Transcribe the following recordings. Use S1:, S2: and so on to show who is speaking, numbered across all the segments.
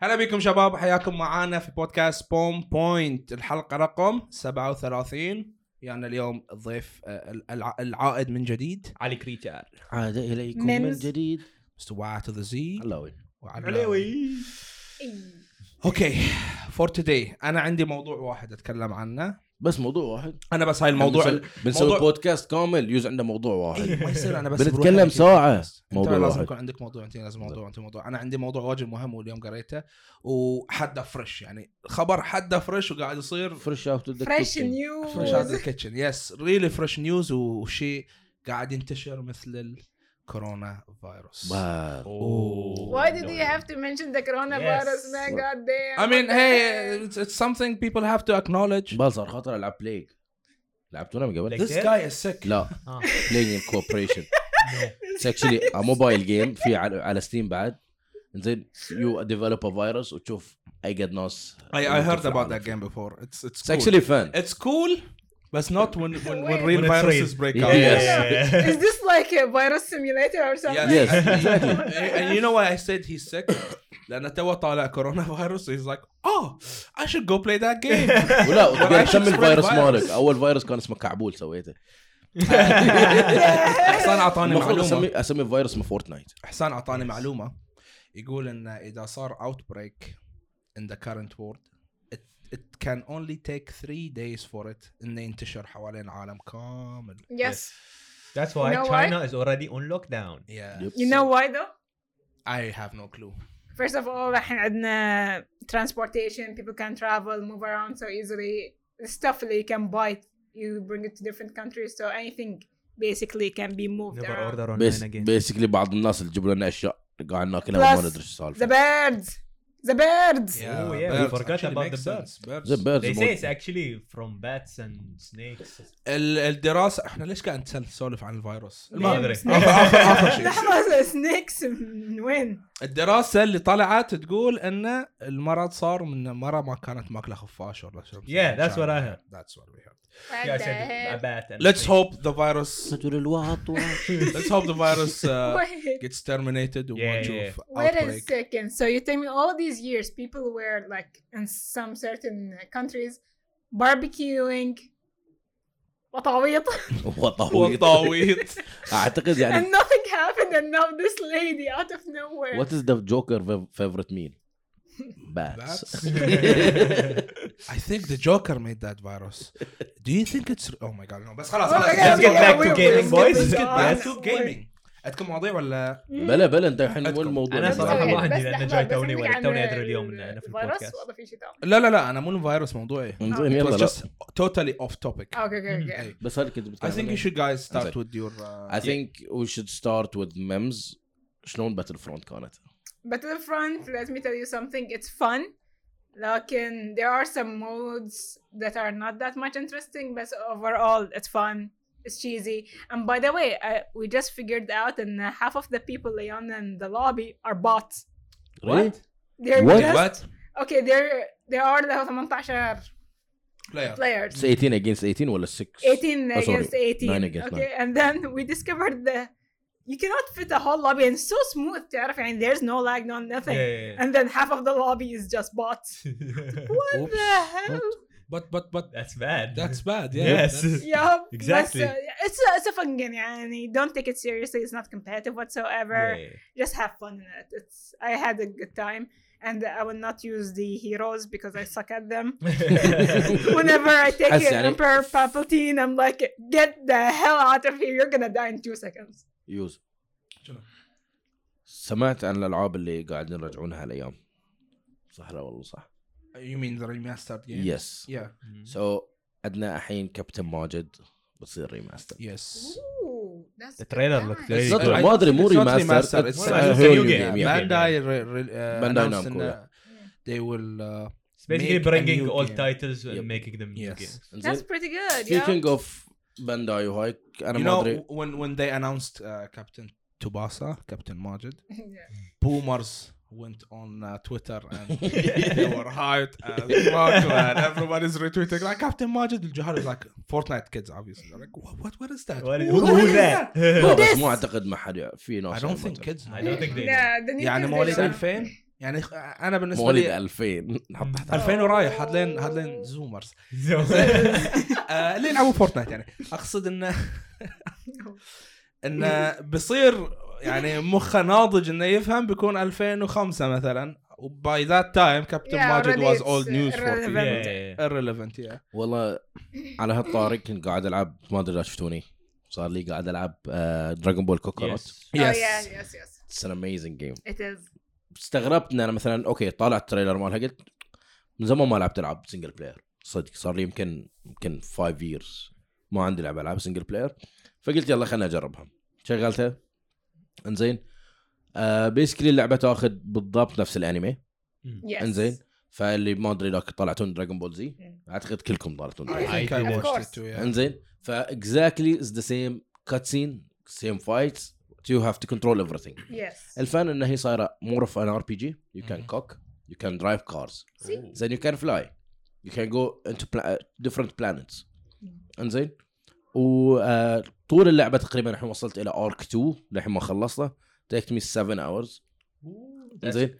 S1: هلا بكم شباب حياكم معانا في بودكاست بوم بوينت الحلقه رقم 37 يعني اليوم الضيف آه، الع- العائد من جديد
S2: علي كريتال
S3: عاد اليكم من
S4: ميمز.
S3: جديد
S1: مستوى تو ذا زي
S3: علاوي
S4: إي.
S1: اوكي فور توداي انا عندي موضوع واحد اتكلم عنه
S3: بس موضوع واحد
S1: انا بس هاي الموضوع
S3: بنسوي- بنسوي
S1: موضوع-
S3: بودكاست كامل يوز عنده موضوع
S1: إيه،
S3: واحد
S1: ما يصير انا بس بروح
S3: بنتكلم
S1: أحكي.
S3: ساعة
S1: انت
S3: موضوع
S1: لازم
S3: واحد
S1: يكون عندك موضوع انت لازم موضوع انت موضوع انا عندي موضوع واجد مهم واليوم قريته وحده فريش يعني خبر حده فريش وقاعد يصير
S3: فريش اوت ذا
S4: فريش نيوز
S1: فريش اوت الكيتشن يس ريلي فريش نيوز وشيء قاعد ينتشر مثل الكورونا فيروس
S2: Oh.
S4: Why did you have to mention the coronavirus
S2: Yes.
S4: man god damn
S1: I mean hey it's, it's something people have to acknowledge
S3: بال صار خطر العب بليج لعبتونا من قبل؟
S2: Plague.
S1: this guy is sick
S3: لا
S2: آه.
S3: بلاي كوربريشن اتس اكشلي موبايل جيم في على, على ستيم بعد زين يو ديفلوب ا فيروس وتشوف اي قد ناس
S1: I, I heard about that game before it's it's
S3: اتس
S1: cool.
S3: اكشلي فان
S1: it's cool but not when when, when real
S2: When it's
S1: viruses
S2: real.
S1: break
S3: Yeah.
S1: out
S3: Yes.
S4: is this like a virus simulator or something
S3: Yes.
S1: exactly. and you know why I said he's sick? لأن تو طالع كورونا فيروس he's like oh I should go play that game.
S3: ولا
S1: When I
S3: وتقدر تسمي
S1: should spread
S3: الفيروس
S1: virus.
S3: مالك اول فيروس كان اسمه كعبول سويته
S1: حسان أعطاني
S3: المفروض
S1: معلومة
S3: اسمي اسمي فيروس من فورتنايت
S1: حسان أعطاني معلومة يقول إن إذا صار outbreak in the current world it, it can only take three days for it إنه ينتشر حوالين العالم كامل.
S4: yes
S2: That's why
S4: You know why?
S2: China is already on lockdown.
S1: Yeah.
S4: you know why though
S1: I have no clue.
S2: Oh,
S4: First of all, الحين عندنا transportation, people can travel, move around so easily. The stuff that you can buy, you bring it to different countries, so anything basically can be moved
S2: Never
S4: around.
S2: order online
S3: بس
S2: again.
S3: بيسكلي بعض الناس اللي جابوا لنا اشياء قاعد ناكلها وما
S4: Plus
S3: ندري ايش
S4: The
S3: السالفه
S4: birds! The birds!
S1: Yeah,
S2: Oh, yeah, we
S1: birds
S2: forgot
S1: actually
S2: about
S1: makes
S2: the
S1: sense. Birds.
S3: زي birds
S2: They say
S3: موجود.
S2: it's actually from bats and snakes.
S1: ال- الدراسه احنا ليش قاعد نتسل- نسولف عن الفيروس؟
S2: ما ادري.
S1: آخر- آخر- آخر شيء.
S4: لحظة سنيكس من وين؟
S1: الدراسه اللي طلعت تقول ان المرض صار من مره ما كانت ماكله خفاش ولا شيء
S2: Yeah, that's what I heard.
S1: That's what we heard.
S2: Yeah, I said a bat and
S1: Let's
S2: snake.
S1: hope the virus
S3: صدر الوعط
S1: let's hope the virus uh,
S4: Wait,
S1: gets terminated وما
S2: Yeah,
S1: نشوف
S4: wait a
S1: outbreak.
S4: second. So you tell me all these years people were like in some certain uh, countries barbecuing وطاويط
S3: وطاويط
S1: والطاويط
S3: اعتقد يعني
S4: and nothing happened and now this lady out of nowhere
S3: وات از ذا جوكر فيفورت ميل باتس
S1: Bats. I think the Joker made that virus. Do you think it's oh my god no بس خلاص
S4: Oh my God,
S2: Let's get
S4: yeah,
S2: back to
S4: we-
S2: gaming,
S4: let's
S2: boys.
S4: this
S1: Let's get
S4: on.
S1: back to gaming. عندكم مواضيع ولا
S4: Mm.
S3: بلا بلا انت الحين مو الموضوع
S2: أنا صراحة ما
S4: بس-
S2: عندي
S4: بس
S2: لأن
S4: لحظة،
S2: جاي
S4: بس
S2: توني
S4: عندك
S2: ولد،
S4: عن
S2: توني أدري اليوم
S4: uh,
S2: إن أنا في
S4: الفيروس
S2: البودكاست.
S4: والله في شيء تاني.
S1: لا لا لا انا مو الفيروس موضوعي.
S3: انزين
S1: It was
S3: يلا
S1: just totally off topic.
S4: اوكي اوكي
S2: Hmm,
S4: اوكي
S3: بس هل كنت
S1: I think you should guys start
S3: Sorry.
S1: with your. Uh,
S3: I think we should start with memes شلون باتل فرونت كانت
S4: Battle Front let me tell you something it's fun لكن there are some modes that are not that much interesting but overall it's fun it's cheesy and by the way I, we just figured out and half of the people Leon and the lobby are bots
S3: Really?
S4: they're
S3: What?
S4: just
S1: What?
S4: okay there there are the 18
S1: Player.
S4: players
S3: It's 18 against 18 ولا 6
S4: 18
S3: Oh, sorry.
S4: against 18
S3: Nine against
S4: okay and then we discovered the you cannot fit a whole lobby and it's so smooth تعرف يعني there's no lag no nothing
S2: Yeah, yeah, yeah.
S4: and then half of the lobby is just bots what
S1: Oops.
S4: the hell
S1: But but but
S2: That's bad.
S1: that's bad. Yeah.
S2: Yes.
S1: that's-
S4: yeah
S2: Exactly.
S4: but, uh, it's, a, it's a fun game يعني don't take it seriously it's not competitive whatsoever
S2: Yeah.
S4: just have fun in it it's I had a good time and I will not use the heroes because I suck at them Whenever I take
S3: حس
S4: an
S3: يعني-
S4: Emperor Palpatine, I'm like, get the hell out of here. You're gonna die in two seconds.
S3: يوز
S1: شنو؟
S3: سمعت عن الالعاب اللي قاعدين يرجعونها الايام صح لا والله صح
S1: You mean the remastered game?
S3: يس
S1: Yeah.
S3: سو عندنا الحين كابتن ماجد بتصير ريماستر
S1: Yes.
S4: Ooh, that's
S2: The trailer looked very
S3: It's not-
S2: good.
S3: ما أدري، مو
S1: إيه، It's not
S3: remastered.
S1: remastered,
S3: It's
S1: It's a
S2: a new
S1: new
S2: game.
S1: game.
S2: Yeah.
S1: Bandai. re- re- uh,
S3: Bandai
S1: announced in,
S3: Namco,
S1: uh, They will. Uh,
S2: It's basically
S1: make a
S2: bringing
S1: new
S2: all
S1: game.
S2: titles and
S3: Yep.
S2: making them new
S1: Yes.
S2: games.
S4: That's pretty good. Yeah.
S3: سبيكينج اوف بانداي وهاي انا
S1: you
S3: ما
S1: know
S3: ادري
S1: when when they announced uh, Captain Tubasa, Captain Majid,
S4: Yeah.
S1: boomers went on uh, Twitter and they were hyped as fuck, man. Everybody's retweeting like Captain Majid. The jihad is like Fortnite kids, obviously. They're like, what, what, what is that?
S2: What is-
S1: Who-
S2: who
S1: who
S2: is that?
S3: لا، بس
S4: this?
S3: مو اعتقد ما حد يع- في ناس
S1: I
S3: يعني
S1: don't
S3: ما
S1: think
S3: تعرف.
S1: kids.
S2: I
S1: know.
S2: don't think they
S4: Yeah, the new
S1: يعني
S4: kids, they
S1: مواليد
S4: don't-
S1: 2000 يعني خ- انا بالنسبه
S3: مواليد
S1: لي
S3: 2000 نحط تحت
S1: 2000 ورايح هذلين هذلين زومرز آه، اللي يلعبوا فورتنايت يعني اقصد انه انه بيصير يعني مخه ناضج انه يفهم بيكون 2005 مثلا وباي ذات تايم كابتن
S4: Yeah,
S1: ماجد
S4: already
S1: واز
S4: it's
S1: اولد نيوز
S4: irrelevant.
S1: فور irrelevant yeah.
S3: Oh, والله على هالطاري كنت قاعد العب ما ادري اذا شفتوني صار لي قاعد آه، العب دراجون بول كوكروت
S4: Oh, yeah,
S1: yes
S4: yes, yes.
S3: اتس ان اميزنج جيم
S4: It is.
S3: استغربت ان انا مثلا اوكي طالع التريلر مالها قلت من زمان ما لعبت العاب سنجل بلاير صدق صار لي يمكن يمكن 5 ييرز ما عندي لعب العاب سنجل بلاير فقلت يلا خليني اجربها شغلتها انزين آه بيسكلي اللعبه تاخذ بالضبط نفس الانمي
S2: Mm.
S4: Yes. Mm,
S3: انزين فاللي ما ادري لو طلعتون دراجون بول زي
S4: مم.
S3: اعتقد كلكم طلعتون
S1: I think I
S2: Of
S1: watched
S4: course.
S1: it too, yeah.
S3: انزين فاكزاكتلي از ذا سيم كاتسين سيم فايتس يو هاف تو كنترول everything
S4: Yes.
S3: الفان انه هي صايره مور اوف ان ار بي جي يو كان
S1: Mhm.
S3: كوك يو كان درايف كارز
S4: See?
S3: زين يو كان فلاي يو كان جو انتو ديفرنت بلانتس
S2: Mm.
S3: انزين وطول اللعبه تقريبا الحين وصلت الى ارك 2 للحين ما خلصته تيك مي 7 اورز زين.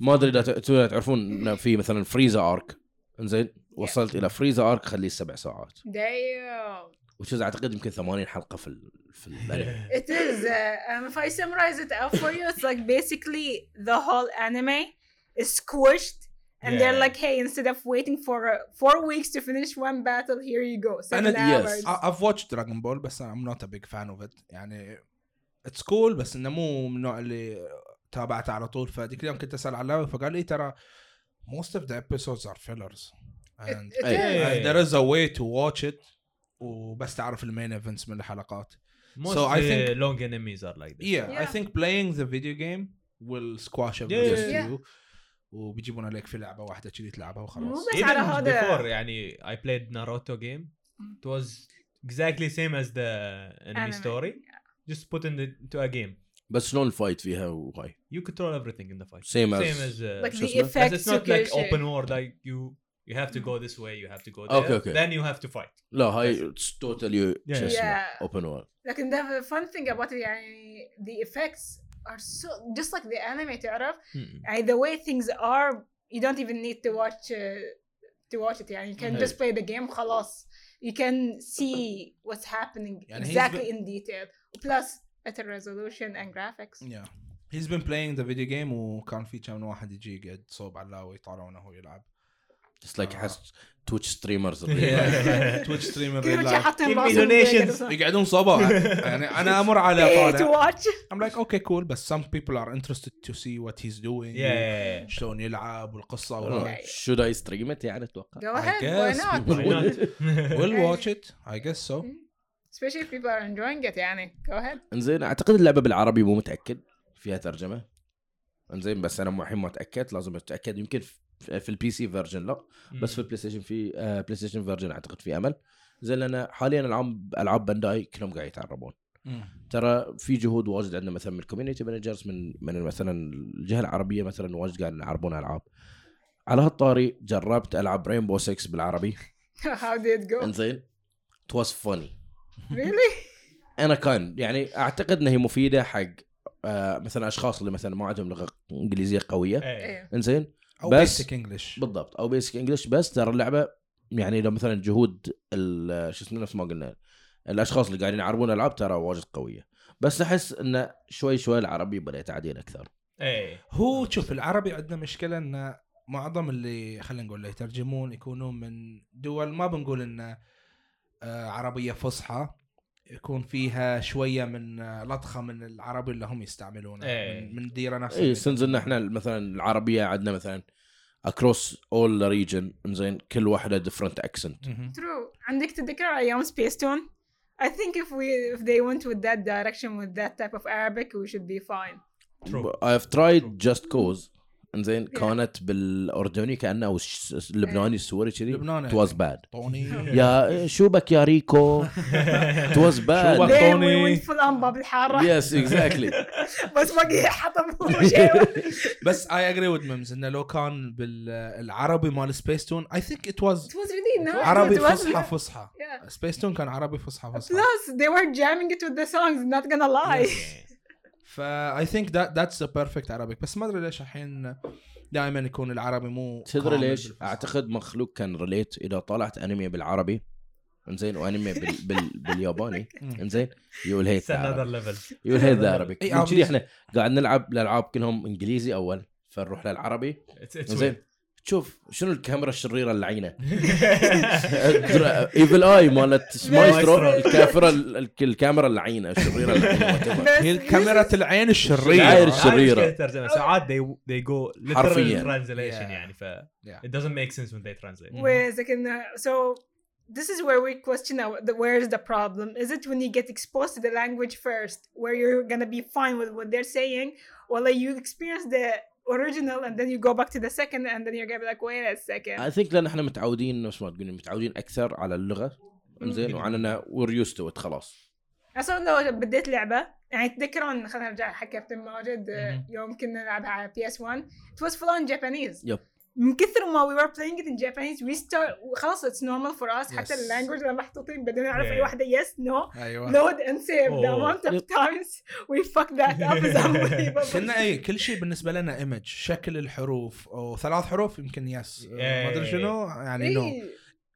S3: ما ادري اذا ت- تو- تعرفون إنه في مثلا فريزا ارك انزين وصلت الى فريزا ارك خليه سبع ساعات
S4: Damn.
S3: وشوز اعتقد يمكن 80 حلقه في ال... يعني. في الانمي
S4: It is. Uh, um, if I summarize it out for you, it's like basically the whole anime is squished. And they're
S2: Yeah.
S4: like, hey, instead of waiting for uh, four weeks to finish one battle, here you go. Seven
S1: And it- Ah,
S3: yes.
S4: hours.
S1: I- I've watched Dragon Ball بس I'm not a big fan of it يعني it's cool بس انه مو من النوع اللي تابعته على طول فذيك اليوم كنت اسال على اللعبه فقال لي ترى most of the episodes are fillers and,
S4: it
S3: Hey.
S4: is.
S1: and Uh, there is a way to watch it وبس تعرف المين ايفنتس من الحلقات
S2: Most
S1: So I think-
S2: uh, long enemies are like this.
S1: yeah, I
S4: Yeah.
S1: think playing the video game will squash everything to
S2: Yeah,
S4: yeah.
S1: you وبيجيبون عليك في لعبه واحده كذي تلعبها
S4: مو
S1: وخلاص
S4: بس على
S2: Even
S4: هذا
S2: before يعني I played Naruto game.
S4: Mm.
S2: It was exactly same as the anime,
S4: Anime,
S2: story. Just put in the, into a game.
S3: بس شلون الفايت فيها وهاي
S2: You control everything in the fight.
S3: Same as-
S2: uh,
S4: like
S3: شو
S4: the
S3: اسمه؟ But
S2: Because
S4: effects
S2: it's
S4: you
S2: not like
S4: create.
S2: open world. Like you, you have to go this way. You have to go there.
S3: Okay, okay.
S2: Then you have to fight.
S3: لا هاي اتس توتالي
S2: Yeah.
S4: Yeah.
S3: اوبن وورلد
S4: لكن the fun thing about it يعني the effects are so just like the anime تعرف يعني the way things are you don't even need to watch uh, to watch it يعني you can
S3: Mhm.
S4: just play the game خلاص you can see what's happening
S1: يعني he's
S4: exactly in detail plus better resolution and graphics
S1: yeah. He's been playing the video game وكان في كم واحد يجي يقعد صوب على اللاوي يطالعونه وهو يلعب
S3: جست لايك
S1: آه.
S2: Ah.
S3: حس تويتش ستريمرز
S1: تويتش ستريمر
S4: كل ما شي حاطين
S2: Give me
S4: راسهم
S2: donations.
S4: كده.
S1: يقعدون صوبه يعني انا امر على
S4: Pay to
S1: طالع
S4: watch
S1: I'm like okay cool but some people are interested to see what he's doing
S2: Yeah, yeah, yeah.
S1: شلون يلعب والقصه
S4: Okay.
S1: وهاي.
S3: شود اي ستريم ات يعني اتوقع
S1: I
S4: go ahead why
S1: guess
S4: not
S2: Why not?
S1: we'll watch it I guess so
S4: especially if people are enjoying it يعني go ahead
S3: انزين اعتقد اللعبه بالعربي مو متاكد فيها ترجمه انزين بس انا مو الحين ما اتاكد لازم اتاكد يمكن في في البي سي فيرجن لا بس
S2: Hmm.
S3: في البلاي ستيشن في آه، بلاي ستيشن فيرجن اعتقد في امل زين لان حاليا العاب العاب بانداي كلهم قاعد يتعربون
S1: مم.
S3: ترى في جهود واجد عندنا مثلا من الكوميونتي مانجرز من من مثلا الجهه العربيه مثلا واجد قاعد يعربون العاب على هالطاري جربت العب رينبو 6 بالعربي
S4: how did it go
S3: انزين تواز فوني
S4: really
S3: انا كان يعني اعتقد انها هي مفيده حق آه مثلا اشخاص اللي مثلا ما عندهم لغه انجليزيه قويه
S2: Hey.
S3: انزين
S1: او
S3: بس-
S1: بيسك انجلش
S3: بالضبط او بيسك انجلش بس ترى اللعبه يعني لو مثلا جهود ال- شو اسمه نفس ما قلنا الاشخاص اللي قاعدين يعربون العاب ترى واجد قويه بس احس انه شوي شوي العربي بدا يتعدل اكثر
S2: Hey.
S1: هو شوف العربي عندنا مشكله ان معظم اللي خلينا نقول اللي يترجمون يكونون من دول ما بنقول انه آه، عربيه فصحى يكون فيها شويه من آه، لطخه من العربي اللي هم يستعملونها
S2: إيه.
S1: من- من ديره نفسها
S3: اي سنز ان احنا مثلا العربيه عندنا مثلا اكروس اول ريجن زين كل واحده ديفرنت اكسنت
S1: مهم.
S4: True. عندك تتذكر أيام Space Tune? I think if we if they went with that direction with that type of Arabic we should be fine.
S2: True.
S3: I have tried just cause انزين
S4: Yeah.
S3: كانت بالاردني كانه او الش- اللبناني السوري كذي
S1: لبنان
S3: it was bad
S1: طوني
S3: يا شو بك يا ريكو it was
S1: شو
S3: bad
S1: بك؟
S4: Then
S1: Tony.
S4: we went full on باب الحارة
S3: yes exactly
S4: بس باقي حطم شيء.
S1: بس اي اجري وذ ميمز انه لو كان بالعربي مال سبيس تون اي ثينك ات
S4: It
S1: واز
S4: was really nice.
S1: عربي
S4: It was-
S1: فصحى فصحى
S4: Yeah.
S1: سبيس تون كان عربي فصحى فصحى
S4: Plus they were jamming it with the songs. Not gonna
S2: Yeah.
S4: lie.
S1: فا اي ثينك ذات ذاتس ذا بيرفكت Arabic بس ما ادري ليش الحين دائما يكون العربي مو
S3: تدري
S1: كامل
S3: ليش؟
S1: بالفصحى.
S3: اعتقد مخلوق كان ريليت اذا طلعت انمي بالعربي انزين وانمي بال... بال... بالياباني
S1: مم.
S3: انزين يقول هيك
S2: It's another level.
S3: يقول هيك ذا عربي
S1: إي،
S3: كذي
S1: obvious.
S3: احنا قاعد نلعب الالعاب كلهم انجليزي اول فنروح للعربي
S2: It's, it's
S3: زين تشوف شنو الكاميرا الشريره اللعينه ايفل اي مالت مايسترو الكافره ال- الكاميرا اللعينه الشريره اللعينة، whatever.
S4: This-
S1: هي
S4: this
S1: كاميرا
S4: is-
S1: العين
S3: العين
S1: الشريره
S3: الشريرة. الشريرة.
S2: ترجمه ساعات they they go literal
S3: حرفياً.
S2: translation
S1: Yeah.
S2: يعني ف
S1: Yeah.
S2: it doesn't make sense when they translate.
S4: Mm-hmm. وذكرنا so this is where we question our, the, where is the problem is it when you get exposed to the language first where you're gonna be fine with what they're saying or like you experience the original and then you go back to the second and then you're gonna be like wait a second
S3: اي ثينك لان احنا متعودين نفس ما تقولين متعودين اكثر على اللغه
S4: Mm.
S3: انزين وعلنا وير يوز تو خلاص
S4: اصلا لو بديت لعبه يعني تذكرون خلينا نرجع حكي كابتن ماجد آه، يوم كنا نلعبها على بي اس 1 it was full on Japanese
S3: Yep.
S4: من كثر ما we were playing it in Japanese we start خلاص it's normal for us حتى
S1: Yes.
S4: اللانجوج لما محطوطين بدنا نعرف
S2: Yeah.
S4: اي واحده yes no
S1: ايوه
S4: load and save the
S2: Oh.
S4: amount of times we fuck that up is unbelievable
S1: كنا إيه؟ اي كل شيء بالنسبه لنا ايمج شكل الحروف او ثلاث حروف يمكن يس ما ادري شنو يعني نو
S4: إيه.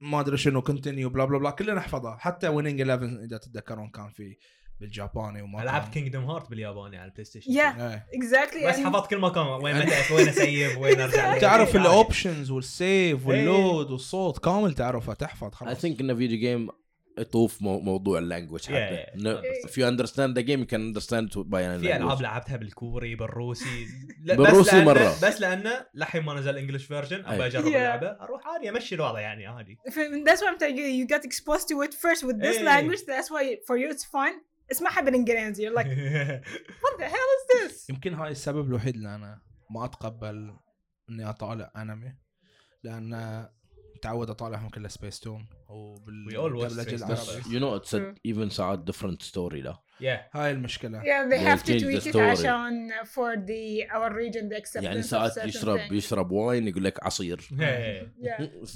S1: ما ادري شنو كونتينيو بلا بلا بلا كلنا نحفظها حتى وينينج 11 اذا تتذكرون كان في بالجاباني وما
S2: العاب
S1: كان-
S2: كينجدم هارت بالياباني على البلاي ستيشن
S4: Yeah. يعني
S1: إيه.
S4: exactly
S2: بس
S4: and-
S2: حفظت كل مكان وين متى وين اسيب وين ارجع
S1: تعرف
S2: عادي.
S1: الاوبشنز والسيف
S2: إيه.
S1: واللود والصوت كامل تعرفه تحفظ
S3: اي
S1: خلاص
S3: ثينك انه فيديو جيم يطوف مو- موضوع اللانجوج
S2: Yeah, yeah, yeah.
S3: حتى if you understand the game you can understand it by any
S2: في العاب
S3: language
S2: لعبتها بالكوري بالروسي لا، بس
S3: بالروسي
S2: لأنه-
S3: مرة.
S2: بس لانه لحين ما نزل انجلش فيرجن ابى
S3: أي.
S2: اجرب
S4: Yeah.
S2: اللعبه اروح عادي امشي الوضع يعني عادي
S4: ف- that's what I'm telling you you got exposed to it first with this
S2: إيه.
S4: language that's why for you it's fun اسمعها بالانجليزي you're like what the hell is this
S1: يمكن هاي السبب الوحيد اللي انا ما اتقبل اني اطالع انمي لان متعود اطالعهم كله سبيس تون
S2: We all watch
S1: وبالدبلجه
S2: Space Tune.
S3: بس
S1: العربية
S3: you know it's a
S4: Mm.
S3: even ساعات different story لا
S2: يا
S1: هاي المشكلة
S4: yeah they
S3: Yeah,
S4: have to
S3: change the
S4: tweak it
S3: story.
S4: عشان for the our region the acceptance
S3: يعني
S4: of
S3: ساعات
S4: certain
S3: يشرب
S4: things.
S3: يشرب واين يقول لك عصير
S4: yeah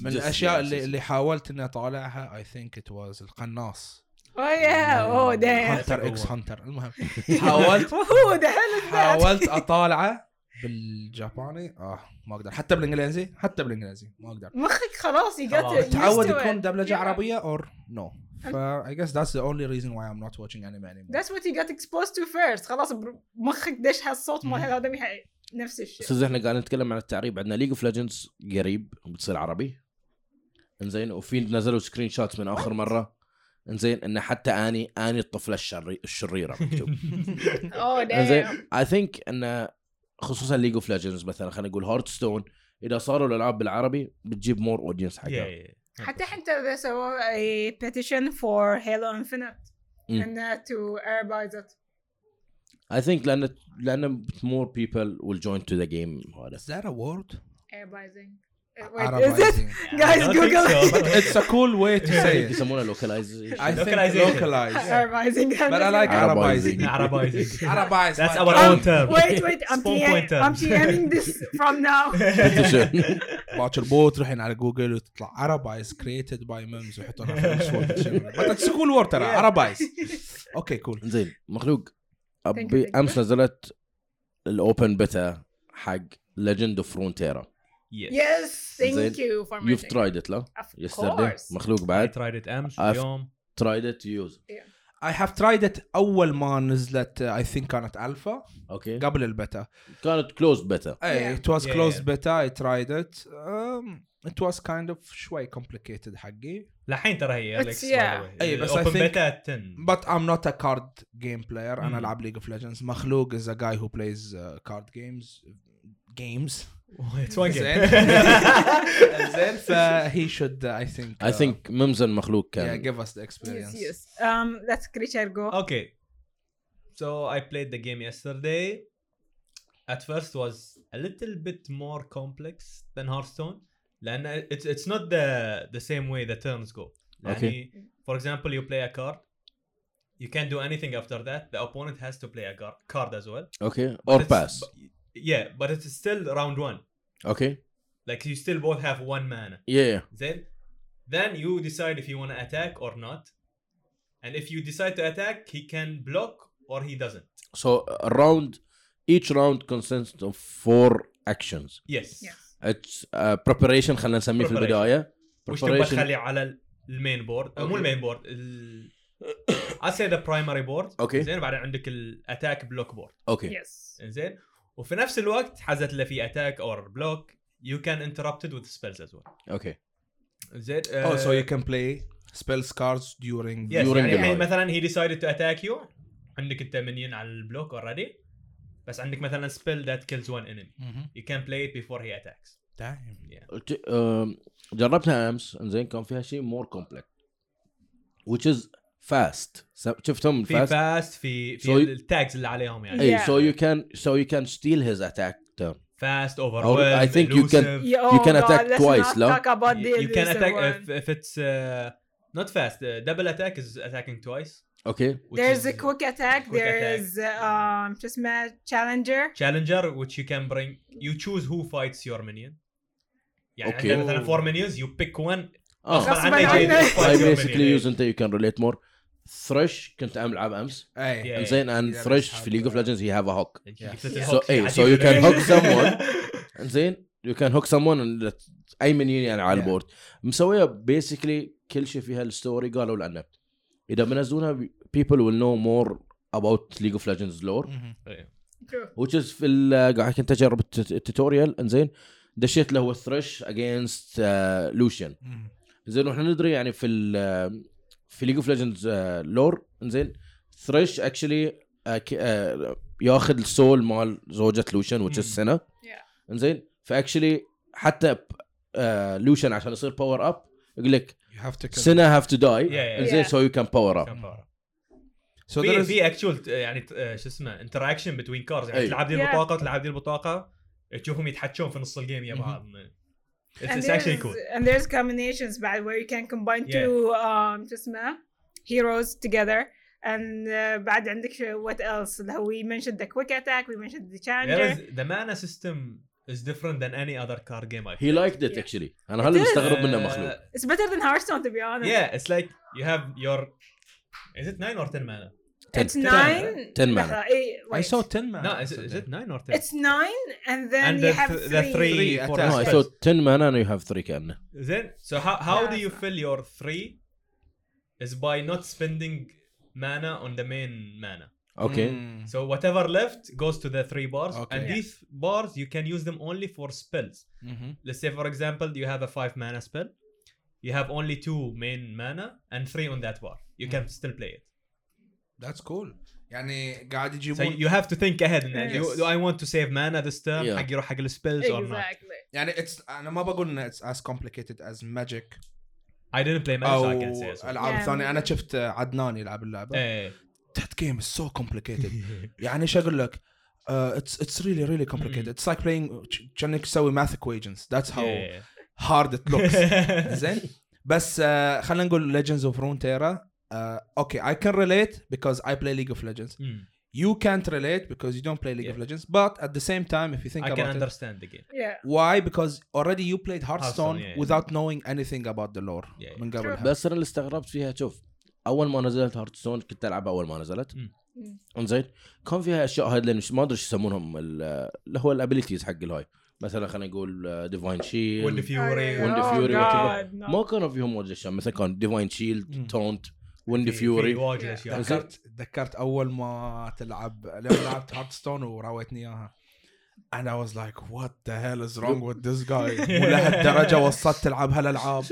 S1: من الاشياء اللي اللي حاولت اني اطالعها اي ثينك ات واز القناص
S4: oh yeah oh damn
S1: هانتر اكس هانتر المهم يعني حاولت
S4: who the hell is that
S1: حاولت اطالعه بالجاباني اه ما اقدر حتى بالانجليزي حتى بالانجليزي ما اقدر
S4: مخك خلاص you got
S2: خلاص.
S4: used
S1: تعود
S4: to
S1: يكون
S4: it.
S1: دبلجه
S4: Yeah.
S1: عربيه اور نو فا I guess that's the only reason why I'm not watching anime anymore
S4: That's what you got exposed to first خلاص بر- مخك دش هالصوت مال هالادمي ح- نفس الشيء
S3: استاذ احنا قاعدين نتكلم عن التعريب عندنا ليج اوف ليجندز قريب بتصير عربي انزين وفي نزلوا سكرين شوت من اخر مره انزين انه حتى اني اني الطفله الشري الشريره مكتوب
S4: اوه
S3: يعني
S4: دايم
S3: انزين اي ثينك انه خصوصا ليج اوف ليجندز مثلا خلينا نقول هارت ستون اذا صاروا الالعاب بالعربي بتجيب مور اودينس حقها
S2: يا
S4: حتى حتى they سووا a petition for Halo Infinite
S3: Mm.
S4: and uh, to Arabize it
S3: اي ثينك لان لان مور بيبل ويل جوين تو ذا جيم هذا
S1: Is that a word?
S4: Arabizing Uh, wait, is it
S1: Arabizing.
S4: Guys, Google
S1: It's a cool way to say it.
S3: يسمونه لوكلايزيشن
S1: I think
S2: Localization.
S1: localized.
S4: Arabizing
S1: But I like
S3: Arabizing.
S1: Arabizing.
S2: عربايزنج
S1: Arabized.
S2: That's
S1: like-
S2: our
S1: Um,
S2: own term.
S4: wait wait I'm
S2: Spawn point
S4: TM I'm
S2: terms.
S4: TMing this from now
S1: باكر بو تروحين على جوجل وتطلع عربايز كريتد باي ميمز ويحطونها في الصور بس كول وورد ترى عربايز اوكي كول
S3: زين مخلوق ابي
S4: Thank you.
S3: امس نزلت الاوبن بيتا حق ليجند اوف فرونتيرا
S4: yes thank
S3: زين.
S4: you for
S3: يوف
S4: mentioning
S3: ترايد ات لا
S4: of
S3: يستردي
S4: course
S3: مخلوق
S2: I
S3: بعد
S2: tried it امس
S3: I've-
S2: اليوم
S3: ترايد ات يوز
S1: اي هاف ترايد ات اول ما نزلت اي ثينك كانت الفا
S3: اوكي
S1: قبل البتا
S3: كانت كلوز بيتا
S1: اي
S4: Yeah.
S1: ات واز
S2: Yeah,
S1: كلوز
S2: yeah.
S1: بتا اي ترايد ات Um, ات واز كايند اوف شوي complicated حقي
S2: لحين ترى هي
S4: It's-
S2: Alex
S4: yeah.
S1: أي، بس I
S2: اوبن
S1: think-
S2: بيتا 10
S1: Mm. but I'm not a card game player انا
S2: Mm.
S1: العب ليج اوف ليجندز مخلوق is a guy who plays uh, card games games
S2: اتس وان
S1: زين زين ف he should uh, I think uh, um,
S3: اي ثينك ممزن مخلوق
S1: yeah
S3: كان
S1: give us the
S4: yes
S1: experience
S4: yes um that's creature go
S2: Okay. So I played the game yesterday. At first was a little bit more complex than Hearthstone. لأن it's it's not the the same way the turns go.
S3: Okay.
S2: يعني for example you play a card. You can't do anything after that. The opponent has to play a gar- card as well.
S3: اوكي
S2: But
S3: اور
S2: it's-
S3: باس
S2: but- Yeah, but it's still round one.
S3: اوكي
S2: Like you still both have one mana.
S3: يا
S2: Then, then you decide if you want to attack or not. And if you decide to attack, he can block or he doesn't.
S3: So a round, each round consists of four actions.
S2: Yes.
S4: Yes.
S3: It's uh, preparation خلينا نسميه في
S2: Preparation.
S3: البداية.
S2: وش تبغى
S3: Preparation.
S2: تخلي على المين بورد مو
S3: Okay.
S2: المين بورد ال... I'd say the primary board
S3: Okay.
S2: زين بعدين عندك الاتاك بلوك بورد
S3: اوكي.
S4: Yes.
S2: زين وفي نفس الوقت حزت له في اتاك اور بلوك you can interrupted with spells as well
S3: اوكي.
S2: زين آه،
S1: Oh, so you can play spell cards during
S2: Uh, Yes,
S3: During
S2: يعني
S3: the
S2: الحين
S3: night.
S2: مثلا هي decided to attack you عندك انت منيون على البلوك already بس عندك مثلا spell that kills one enemy
S1: Mhm.
S2: you can play it before he attacks
S1: Damn.
S3: ج- آم، جربتها امس انزين كان فيها شيء مور كومبلكس. which is fast. س- شفتهم
S2: في
S3: fast؟
S2: فاست في في
S3: So you-
S2: التاجز اللي عليهم يعني
S3: اي
S4: Yeah.
S3: so you can so you can steal his attack turn.
S2: فast
S3: Or I
S2: overwhelm
S3: think you can-
S2: elusive.
S4: Yeah, oh
S3: can
S4: God,
S3: attack
S4: let's
S3: twice,
S4: not
S3: no?
S4: talk about the
S2: you can
S4: elusive
S2: attack
S4: one.
S2: if, if it's uh, not fast uh, double attack is attacking twice
S3: اوكي.
S2: which
S4: There's
S2: is
S4: a quick attack.
S2: quick attack.
S4: There's um just mad challenger.
S2: challenger which you can bring you choose who fights your minion يعني
S3: Okay.
S2: عندنا مثلا four minions you pick one
S3: اه
S4: غصب
S2: طبعاً عندنا
S4: عنك.
S2: جاي-
S3: I
S2: fights your
S3: basically
S2: minion.
S3: use انت you can relate more. Thresh كنت عم العب امس.
S1: Hey.
S2: Yeah.
S3: انزين and
S1: Yeah,
S3: Thresh
S1: that's
S3: في League of
S1: how-
S3: Legends he have a hook.
S2: Yeah.
S4: Yeah.
S3: So- hey, so you can hook someone. انزين يو كان هوك سمون اي منيون يعني على
S1: Yeah.
S3: البورد مسويه بيسكلي كل شيء فيها الستوري قالوا لنا اذا بنزلونها people will know more about League of Legends lore
S1: Mhm.
S4: True.
S3: which is في ال- قاعد كنت اجرب الت- التوتوريال انزين دشيت له الثرش against آه، لوشيان
S1: Mhm.
S3: زين واحنا ندري يعني في ال في ليج اوف ليجندز لور انزين ثريش اكشلي آه، ياخذ السول مال زوجة لوشن وتش
S2: مم.
S3: السنة
S4: Yeah.
S3: انزين فاكشلي حتى لوشن عشان يصير باور اب يقول لك
S1: You have to.
S3: سنة هاف تو
S2: yeah,
S3: داي
S2: yeah.
S3: انزين
S4: Yeah.
S3: سو يو كان باور اب
S1: So there
S2: في
S1: is.
S2: في اكشوال يعني آه، شو اسمه انتراكشن بتوين كارز يعني
S3: أي.
S2: تلعب دي
S4: Yeah.
S2: البطاقه تلعب دي البطاقه تشوفهم يتحكون في نص الجيم يا بعض
S4: And
S2: اتس اكشلي
S4: there's,
S2: كول
S4: and there's combinations بعد where you can combine
S2: Yeah.
S4: two um just mad heroes together. And uh, بعد عندك شو- what else? We mentioned the quick attack. We mentioned the challenger.
S2: ذا مانا سيستم از different than any other card game I
S3: هي لايكد ات
S4: Yeah.
S3: اكشلي انا هلا مستغرب منه
S2: Uh,
S3: مخلوق
S4: It's better than Hearthstone to be honest.
S2: Yeah, it's like you have your is it 9 or 10 mana?
S4: It's
S3: Ten-
S4: nine.
S3: ten mana.
S4: لحظة، إيه،
S1: I
S4: wait.
S1: saw ten man.
S2: No, is it, is it 9 or 10?
S4: It's nine, and then
S2: and
S4: you
S2: the,
S4: have
S2: th- the
S4: three.
S2: three,
S1: Three
S2: for
S1: attacks.
S3: No, I
S2: spells.
S3: saw 10 mana and you have 3 كانه
S2: Then so how how
S4: Yeah,
S2: do you
S4: it's
S2: fill your 3 is by not spending mana on the main mana.
S3: اوكي
S1: Mm.
S2: So whatever left goes to the 3 bars
S1: Okay.
S2: and
S1: Yeah.
S2: these bars you can use them only for spells.
S1: Mhm.
S2: Let's say for example you have a 5 mana spell. You have only 2 main mana and 3 on that bar. You
S1: Mm.
S2: can still play it.
S1: That's cool. يعني قاعد
S2: So
S1: يجيبون
S2: you have to think ahead. Yes. You,
S1: Yes.
S2: do I want to save mana this turn?
S3: Yeah.
S2: حق يروح حق السبيلز or not?
S4: Exactly.
S1: يعني it's انا ما بقول ان it's as complicated as magic
S2: I didn't play magic,
S1: او
S2: so I can't say as well. Eh.
S1: العاب
S4: Yeah.
S1: ثانيه انا شفت عدنان يلعب اللعبه
S2: إيه.
S1: that game is so complicated يعني ايش اقول لك Uh, it's it's really really complicated. It's like playing كانك تسوي math equations. That's how
S2: Yeah.
S1: hard it looks. زين بس آه خلينا نقول Legends of Runeterra. Uh, okay, I can relate because I play League of Legends.
S2: Mm.
S1: You can't relate because you don't play League of Legends. But at the same time, if you think
S2: I can
S1: about it,
S2: understand the game.
S4: Yeah.
S1: Why? Because already you played Hearthstone
S2: Hearthstone, yeah, yeah.
S1: without knowing anything about the lore.
S2: Yeah, yeah.
S1: من قبلها.
S3: بس انا اللي استغربت فيها شوف اول ما نزلت هارت ستون كنت العبها اول ما نزلت
S2: مم.
S4: مم.
S3: انزين كان فيها اشياء هاي اللي مش- ما ادري شو يسمونهم ال- اللي هو الابيلتيز حق الهاي مثلا خلينا نقول ديفاين
S2: Wind
S3: شيلد
S2: Fury.
S4: Oh,
S3: Wind
S4: yeah.
S3: Fury,
S4: Oh,
S3: whatever.
S4: God, no.
S3: ما كانوا فيهم واجد اشياء مثلا كان ديفاين شيلد
S1: مم.
S3: تونت ويند
S2: في- في
S3: فيوري
S2: واجد
S4: Yeah.
S2: أشياء.
S1: تذكرت تذكرت اول ما تلعب لما لعبت هارتستون وراويتني اياها and I was like what the hell is wrong with this guy ولهالدرجة وصلت تلعب هالالعاب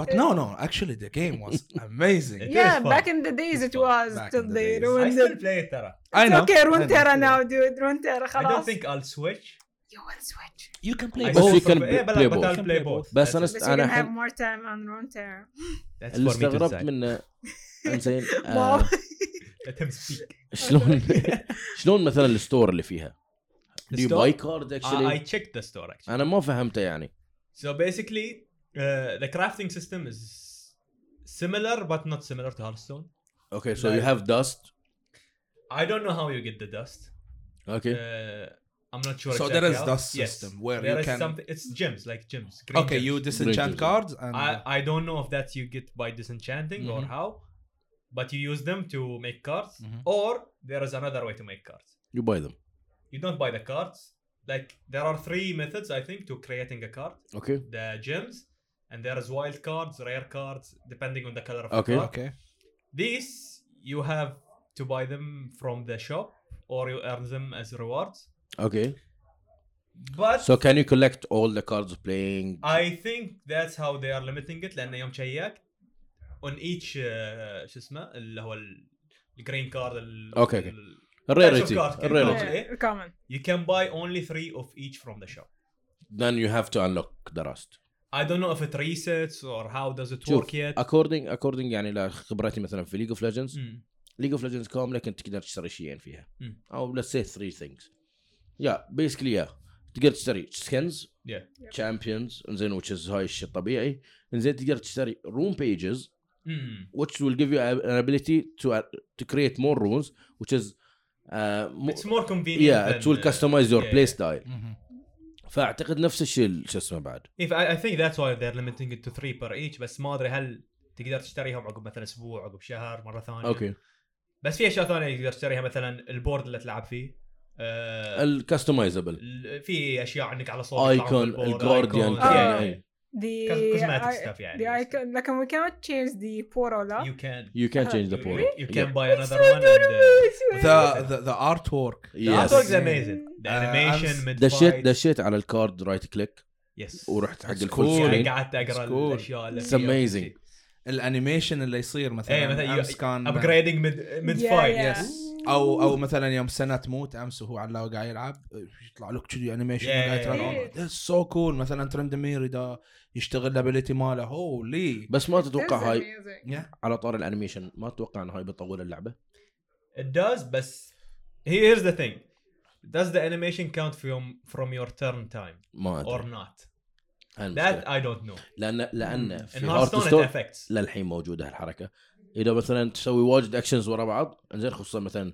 S1: but no no actually the game was amazing
S2: It
S4: yeah,
S2: is fun.
S4: back in the days it
S2: It's fun.
S4: was
S1: Back
S4: till
S1: in the
S4: they
S1: days.
S2: I
S4: ruined
S2: still
S4: it.
S2: play it ترى.
S1: I
S4: It's
S1: know
S4: okay,
S1: I know.
S4: Runeterra now, dude. Runeterra,
S2: I don't
S4: خلاص.
S2: think I'll switch.
S4: You will switch.
S1: you can
S2: I
S1: play
S3: But
S2: still
S3: you
S1: both
S3: can
S2: prefer- yeah, but,
S3: play
S2: but
S3: both.
S2: I'll play both.
S3: بس أنا
S2: That's it.
S4: But you
S3: أنا
S4: can have
S3: أحب-
S4: more time on Runeterra.
S2: That's
S3: اللي
S2: for me to
S3: استغربت
S2: decide.
S3: منه انزين آه،
S4: Wow.
S2: Let him speak.
S3: شلون شلون مثلا الستور اللي فيها؟
S2: The
S3: دي
S2: store?
S3: باي كارد
S2: I, I
S3: اكشلي
S2: checked the store actually.
S3: انا ما فهمته يعني
S2: So basically, uh, the crafting system is similar but not similar to Hearthstone.
S3: اوكي سو
S2: لا.
S3: يو هاف داست
S2: I don't know how you get the dust.
S3: اوكي
S2: Uh, I'm not sure.
S1: So
S2: exactly
S1: there is
S2: how.
S1: dust system where
S2: There
S1: you
S2: is
S1: can-
S2: something. It's gems like gems. green
S1: okay
S2: gems.
S1: you disenchant cards and uh,
S2: I, I don't know if that's you get by disenchanting or
S3: Mhm.
S2: how, but you use them to make cards,
S1: Mhm.
S2: or there is another way to make cards.
S3: You buy them.
S2: You don't buy the cards. Like there are three methods I think to creating a card:
S3: Okay.
S2: the gems, and there is wild cards, rare cards, depending on the color of
S3: Okay.
S2: the card.
S1: اوكي
S2: These you have to buy them from the shop, or you earn them as rewards.
S3: Okay.
S2: But
S3: So can you collect all the cards playing?
S2: I think that's how they are limiting it لانه يوم شيكت on each uh, شو اسمه اللي هو الجرين كارد
S3: Okay, okay. Rarity. Rarity.
S2: Yeah.
S4: common.
S2: You can buy only three of each from the shop.
S3: Then you have to unlock the rest.
S2: I don't know if it resets or how does it
S3: شوف
S2: work yet.
S3: according according يعني لخبرتي مثلا في ليج اوف ليجندز
S2: مم.
S3: ليج اوف ليجندز كامله كنت تقدر تشتري شيئين فيها
S2: مم.
S3: او let's say three things يا بيسكلي يا تقدر تشتري سكنز
S2: Yeah.
S3: تشامبيونز انزين which is هاي الشيء طبيعي انزين تقدر تشتري روم بيجز
S2: مم.
S3: which will give you an ability to uh, to create more rules which is uh, mo-
S2: It's more convenient.
S3: yeah it
S2: than,
S3: will
S2: uh,
S3: customize your
S2: yeah,
S3: play
S2: yeah.
S3: style
S4: Mm-hmm.
S1: مهم.
S3: فاعتقد نفس الشيء ال- شو اسمه بعد
S2: If I, I think that's why they're limiting it to three per each بس ما ادري هل تقدر تشتريهم عقب مثلا اسبوع عقب شهر مره ثانيه.
S3: اوكي
S2: بس في اشياء ثانيه تقدر تشتريها مثلا البورد اللي تلعب فيه. آه،
S3: الكستمايزبل
S2: ال- في اشياء عندك على صوت
S3: ايكون الجارديان
S4: آه.
S2: Ah.
S3: كان
S4: The
S2: كوزماتيك
S4: I-
S2: ستاف يعني
S4: the icon. Like we cannot change the
S1: Oh.
S4: portal. لا.
S2: يو كان
S3: يو كان تشينج ذا بورت
S2: يو كان باي انذر ون
S1: ذا ذا ارت وورك
S2: That
S3: Yes.
S2: was amazing. The
S1: Uh,
S2: animation
S1: I'm-
S2: mid
S3: دشيت دشيت على الكارد رايت كليك
S2: يس
S3: ورحت حق
S1: It's
S3: الفول
S1: cool.
S2: يعني
S3: سكرين
S2: قعدت اقرا
S1: It's cool.
S2: الاشياء اللي
S3: It's
S2: فيها.
S3: amazing.
S1: الانيميشن اللي يصير مثلا
S2: إيه، مثلاً
S1: امس
S2: you-
S1: كان
S2: upgrading mid mid
S4: Yeah,
S2: fight
S4: yeah.
S1: يس او او مثلا يوم سنه تموت امس وهو على اللاوي قاعد يلعب يطلع لك كذي يعني انيميشن
S2: Yeah.
S1: Oh سو كول مثلا ترندمير اذا يشتغل الابيلتي ماله هولي
S3: بس ما تتوقع هاي
S1: يا
S3: على طار الانيميشن ما تتوقع ان هاي بتطول اللعبه
S2: It does بس here's the thing does the animation count from from your turn time
S3: ما
S2: or
S3: ادري
S2: not
S3: هاي
S2: that Hmm.
S3: المشكلة.
S2: I don't know
S3: لان لان
S2: in
S3: في هارت
S2: Hearthstone it
S3: ستون
S2: affects
S3: للحين موجوده هالحركه اذا مثلا تسوي واجد اكشنز ورا بعض انزين خصوصا مثلا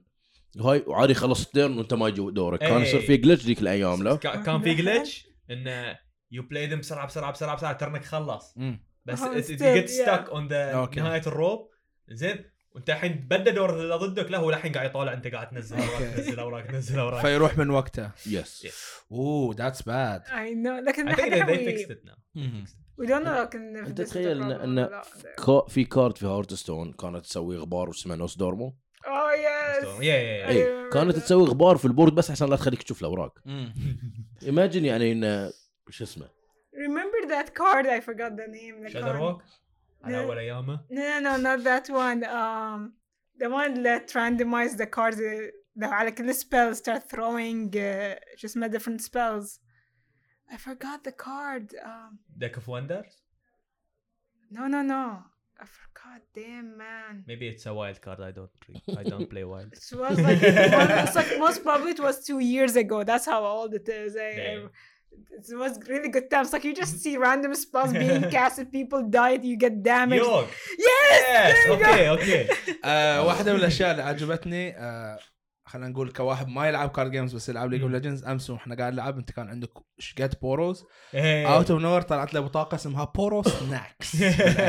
S3: هاي وعادي خلص التيرن وانت ما يجي دورك
S2: إيه.
S3: كان يصير في جلتش ذيك الايام لا
S2: كا- كان في جلتش انه يو بلاي ذم بسرعه بسرعه بسرعه بسرعه ترنك خلص
S1: Mm.
S2: بس
S4: Oh,
S2: it- it
S4: still,
S2: gets
S4: yeah.
S2: stuck on the
S1: Okay.
S2: نهايه الروب زين وانت الحين تبدى دور اللي ضدك لا هو الحين قاعد يطالع انت قاعد تنزل اوراق
S1: Okay.
S2: تنزل اوراق تنزل اوراق
S1: فيروح من وقته
S3: يس
S1: اوه ذاتس باد
S4: I know. لكن
S2: I think they, they fixed
S4: we,
S2: it now
S4: we don't know. لكن if
S3: انت
S4: this is a
S3: تخيل ان
S4: problem or
S3: ان
S4: not.
S3: كا- في كارت في هارت ستون كانت تسوي غبار واسمها نوس دورمو
S4: Oh yes.
S2: So, yeah, yeah, yeah.
S4: I
S3: اي
S4: remember
S3: إيه، كانت
S4: that.
S3: تسوي غبار في البورد بس عشان لا تخليك تشوف الاوراق
S2: Mm.
S3: ايماجن يعني ان شو اسمه
S4: Remember that card? I forgot the name. The
S2: شادر
S4: card.
S2: ووك على اول ايامه
S4: No, no, no, not that one. Um, the one that randomized the cards. uh, The على كل spell start throwing uh, just my different spells. I forgot the card. Um,
S2: ديك اوف وندرز
S4: no, no, no. I forgot. Damn man.
S2: maybe it's a wild card I don't I don't play wild
S4: It was like, it's like most probably it was two years ago. That's how old it is. I, I,
S2: Damn.
S4: it was really good times. Like you just see random spells being casted, people died, you get damaged.
S2: يوك
S4: Yes,
S2: يس
S4: there you go.
S2: اوكي اوكي
S1: واحده آه، من الاشياء اللي عجبتني آه، خلينا نقول كواحد ما يلعب كارد جيمز بس يلعب ليج اوف
S2: Mm.
S1: ليجندز امس واحنا قاعد نلعب انت كان عندك شقد بوروز اوت اوف نور طلعت له بطاقه اسمها بورو سناكس
S2: Eh.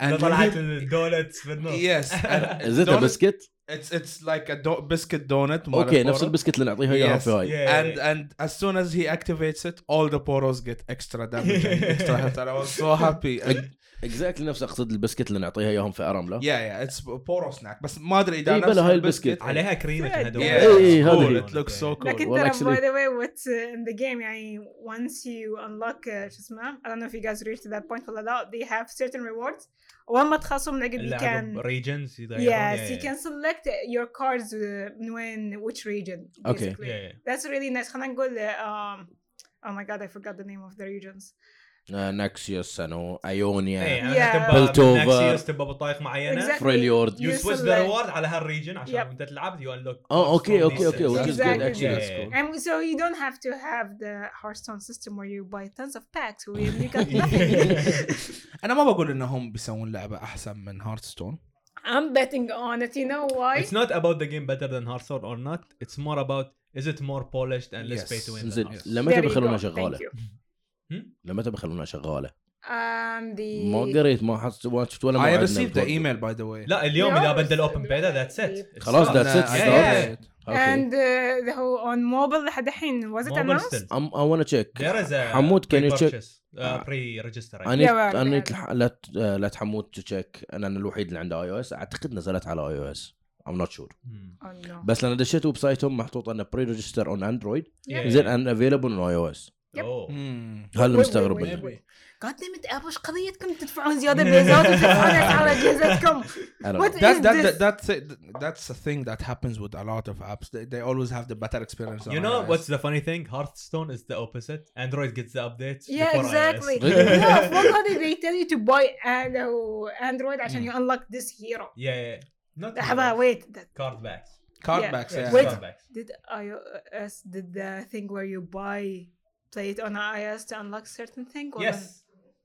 S2: أنا طلعت الدولت في النص
S1: يس
S3: زيتها بسكت
S1: اتس اتس لايك ا بسكت دونت
S3: اوكي نفس البسكت اللي نعطيها اياها
S1: Yes.
S3: في هاي
S2: Yeah.
S1: And and as soon as he activates it, all the poros get extra damage, and extra health. And I was so happy. And
S3: اكزاكتلي نفس اقصد البسكت اللي نعطيها اياهم في ارملا
S1: yeah, yeah, it's poro snack. بس ما ادري اذا
S3: إيه، بلا هاي البسكت.
S2: عليها كريمه كأنها
S1: Yeah,
S2: دولت.
S3: إيه،
S1: it's cool.
S3: هذه.
S1: It looks so cool.
S4: Like it,
S3: Well,
S4: uh,
S3: actually-
S4: by the way, what's uh, in the game, يعني, once you unlock uh, شو اسمه, I don't know if you guys reached that point ولا لا, they have certain rewards. وأما تخلصهم من عقب you
S2: اللاعب
S4: can
S2: ريجنز
S4: yes, you can select your cards uh, من وين which region.
S3: Okay.
S4: basically. That's really nice. خلينا نقول um, oh my god, I forgot the name of the regions.
S3: آه، ناكسيوس سانو
S1: إيه.
S3: ايونيا
S4: Yeah.
S3: Piltover.
S2: تبى بطايق معينه
S4: Exactly.
S3: فريليورد
S2: يو
S4: You
S2: سويتش ذا
S4: select.
S2: ريورد على هالريجن عشان
S4: Yep.
S2: انت تلعب يو انلوك
S3: اه اوكي اوكي اوكي which is good
S4: Exactly.
S3: actually that's
S2: Yeah.
S3: cool
S4: And so you don't have to have the Hearthstone system where you buy tons of packs where you got nothing.
S1: انا ما بقول انهم بيسوون لعبه احسن من هارتستون
S4: I'm betting on it. You know why?
S2: It's not about the game better than Hearthstone or not. It's more about is it more polished and less
S1: Yes.
S2: pay to win. than
S3: انزين
S2: Hearthstone.
S3: لمتى
S4: There you
S3: بيخلونها
S4: go. Thank
S3: شغاله
S4: you.
S3: لمتى بيخلونها شغاله
S4: um the
S3: ما قريت ما حس ما شفت ولا
S1: I
S3: موعدنا
S1: received the
S3: بالبرودكت.
S1: email by the way uh,
S2: لا اليوم
S4: Yeah,
S2: اذا بدل
S4: it's-
S2: اوبن بيتا ذاتس ات
S3: خلاص
S1: أنا-
S3: that's it,
S1: I-
S2: yeah.
S3: Okay.
S4: and uh, the whole on mobile لحد الحين was it announced
S3: I'm, I want to check.
S2: There is a
S3: حمود, can you check-
S2: Uh, pre-register. I
S3: I
S2: think.
S3: need, I
S4: Yeah, well,
S3: need
S4: yeah.
S3: لح- لا ت- آه، لا تحمود to check انا أنا الوحيد اللي عنده اي او اس اعتقد نزلت على اي او اس I'm not sure
S2: Hmm.
S4: oh no
S3: بس لان دشيت ويب سايتهم محطوط انه بري ريجستر اون اندرويد
S2: Yeah.
S3: زين ان افيلبل اون اي او اس
S4: Yep.
S2: Oh.
S1: مم.
S3: هذا اللي
S4: Wait, wait,
S3: مستغرب
S4: wait,
S3: منه
S4: wait. God damn it Apple ايش قضيتكم تدفعون زياده بيزات وتدفعون اسعار اجهزتكم
S3: I don't
S4: What
S3: know.
S1: That,
S4: is
S1: that,
S4: this
S1: that, that's it. That's a thing that happens with a lot of apps. They, they always have the better experience. on
S2: You know
S1: iOS.
S2: what's the funny thing? Hearthstone is the opposite. Android gets the updates.
S4: Yeah,
S2: before
S4: exactly.
S2: iOS.
S3: Really?
S4: no, fuck how did they tell you to buy and, uh, Android عشان you unlock this hero.
S2: Yeah, yeah. Not
S4: لحظة
S2: Android.
S4: wait that,
S2: Card backs.
S1: card
S4: Yeah.
S1: backs?
S2: Yeah,
S1: Yeah.
S4: Wait.
S2: card backs.
S4: did iOS did the thing where you buy play it on iOS to unlock certain thing or
S2: Yes,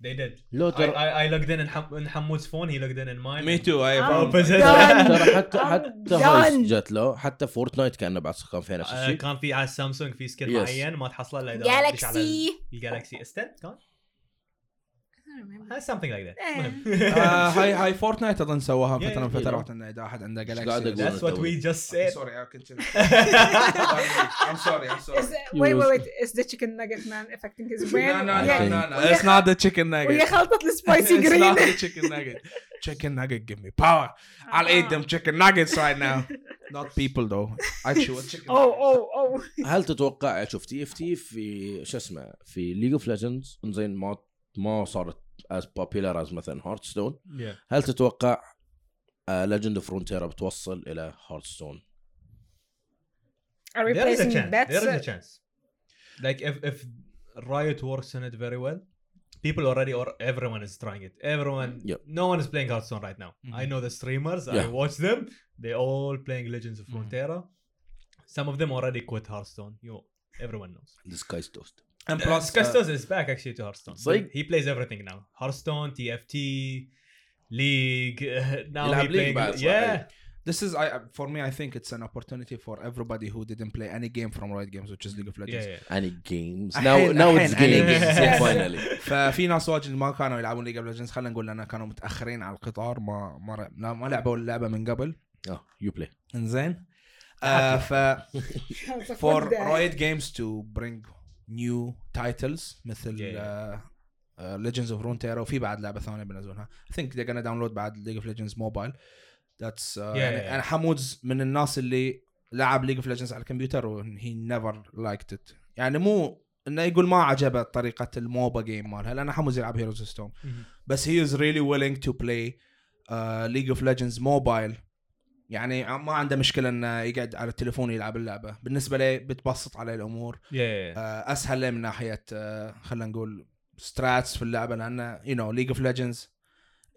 S2: they did.
S3: لو
S2: I,
S3: ترى
S2: I, I logged in in, Ham- in Hamoud's phone. He logged in in mine.
S1: Me too. I
S4: I'm
S1: found-
S2: opposite.
S4: done.
S3: ترى حتى
S4: I'm
S3: حتى
S4: done.
S3: هايس جت له حتى فورتنايت كانه بعد كان فيها نفس
S2: آه،
S3: الشيء
S2: كان في على سامسونج في سكن
S3: Yes.
S2: معين ما تحصله الا اذا دش على ال-
S4: Galaxy.
S2: الجالكسي اس 10 كان
S4: I don't remember.
S2: آه، something like that
S4: Eh.
S2: المهم.
S1: آه، هاي هاي فورتنايت اظن سووها
S2: Yeah,
S1: فتره من
S2: yeah.
S1: فترات انه اذا احد عنده
S3: قاعد
S1: جالكسي
S3: أقول؟
S2: that's what we just said
S1: سوري I continue. I'm sorry I'm sorry
S4: Is- wait wait
S3: Use-
S4: wait is the chicken nugget man affecting his brain
S1: No, no,
S3: I
S1: no,
S4: Yeah.
S3: think-
S1: no, no.
S4: ويا
S1: It's not the chicken
S4: ويا
S1: nugget.
S4: خلطة السبايسي
S1: It's not
S4: جرين
S1: the chicken nugget. Chicken nugget, give me power. I'll eat
S4: Ah.
S1: them chicken nuggets right now. Not people though. Actual chicken.
S4: Oh
S1: nuggets.
S4: oh oh
S3: هل تتوقع شوف تي اف تي في شو اسمه في ليج اوف ليجندز زين ما ما صارت از بوبيلر از مثلا هارتستون
S4: oh.
S2: yeah
S3: هل تتوقع آه، ليجند اوف فرونتيرا بتوصل الى هارتستون؟
S4: are we
S2: there is a
S4: placing
S2: chance
S4: bets
S2: there is a chance like if if riot works in it very well people already or everyone is trying it everyone
S3: Yep.
S2: no one is playing hearthstone right now
S1: Mhm.
S2: i know the streamers i
S3: Yeah.
S2: watch them they all playing legends of
S1: Mhm.
S2: frontera some of them already quit hearthstone you everyone knows
S3: This guy's toast.
S1: And plus,
S2: Plus,
S1: uh,
S2: Custos is back actually to Hearthstone.
S3: So he-
S2: he plays everything now. Hearthstone, TFT, League. now
S3: يلعب
S2: he
S3: League
S2: playing.
S3: بعد صح؟
S2: yeah,
S1: this is I uh, for me I think it's an opportunity for everybody who didn't play any game from Riot Games which is League of
S2: yeah,
S1: Legends.
S2: yeah.
S3: Any games.
S1: أحيان-
S3: Now, now it's
S1: أحيان any
S3: games.
S2: games, yes.
S3: Finally.
S1: ففي ناس واجد ما كانوا يلعبون ليج اوف ليجندز خلينا نقول لان كانوا متاخرين على القطار ما ما لا- ما لعبوا اللعبه من قبل
S3: Oh, you play.
S1: انزين آه ف
S4: chance
S1: for Riot Games to bring new titles مثل
S2: Yeah,
S1: yeah, yeah. Uh, Legends of Runeterra وفي بعد لعبه ثانيه بينزلونها I think they're gonna download بعد League of Legends Mobile that's uh,
S2: Yeah,
S1: يعني
S2: yeah, yeah.
S1: انا حمود من الناس اللي لعب League of Legends على الكمبيوتر وهي never liked it يعني مو انه يقول ما عجبه طريقه الموبا جيم مالها لان حمود يلعب هيروز ستون
S2: Mhm.
S1: بس he is really willing to play uh, League of Legends Mobile يعني ما عنده مشكله انه يقعد على التليفون يلعب اللعبه بالنسبه لي بتبسط عليه الامور
S2: yeah, yeah, yeah.
S1: آه، اسهل لي من ناحيه آه، خلينا نقول ستراتس في اللعبه لان you know League of Legends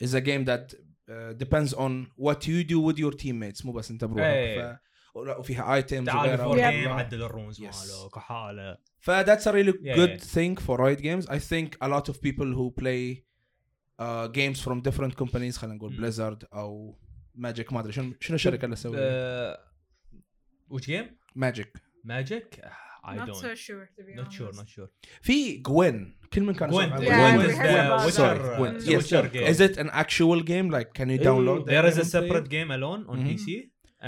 S1: is a game that uh, depends on what you do with your teammates مو بس انت بروحك
S2: إيه.
S1: ف... ولا- وفيها ايتمز
S2: تعال
S1: وغيرها
S2: فور
S4: Yeah.
S2: جيم
S1: وغيرها.
S2: عدل الرونز
S1: Yes.
S2: مالك وحاله
S1: فذاتس ا ريلي
S2: Yeah,
S1: جود
S2: yeah.
S1: ثينج فور رايت جيمز اي ثينك ا لوت اوف بيبل هو بلاي جيمز فروم ديفرنت كومبانيز خلينا نقول
S2: Mm.
S1: بليزرد او ماجيك ما ادري شنو شنو الشركه اللي
S2: آه.
S1: تسوي
S2: which game?
S1: ماجيك
S2: Magic? I
S4: not
S2: don't.
S4: so sure to be
S2: not
S4: honest
S2: sure, not sure.
S1: في جوين كل من كان
S2: Gwent.
S1: يسولف
S4: Yeah,
S1: عنه.
S4: Gwent
S2: Gwent
S4: we
S2: is
S4: heard
S1: Gwent, yes.
S2: the Witcher, uh, the Witcher
S4: about that.
S2: game.
S1: Is it an actual game? Like, can you download?
S2: there is a
S1: that game and play
S2: separate
S1: it?
S2: game alone on
S1: Mhm.
S2: PC,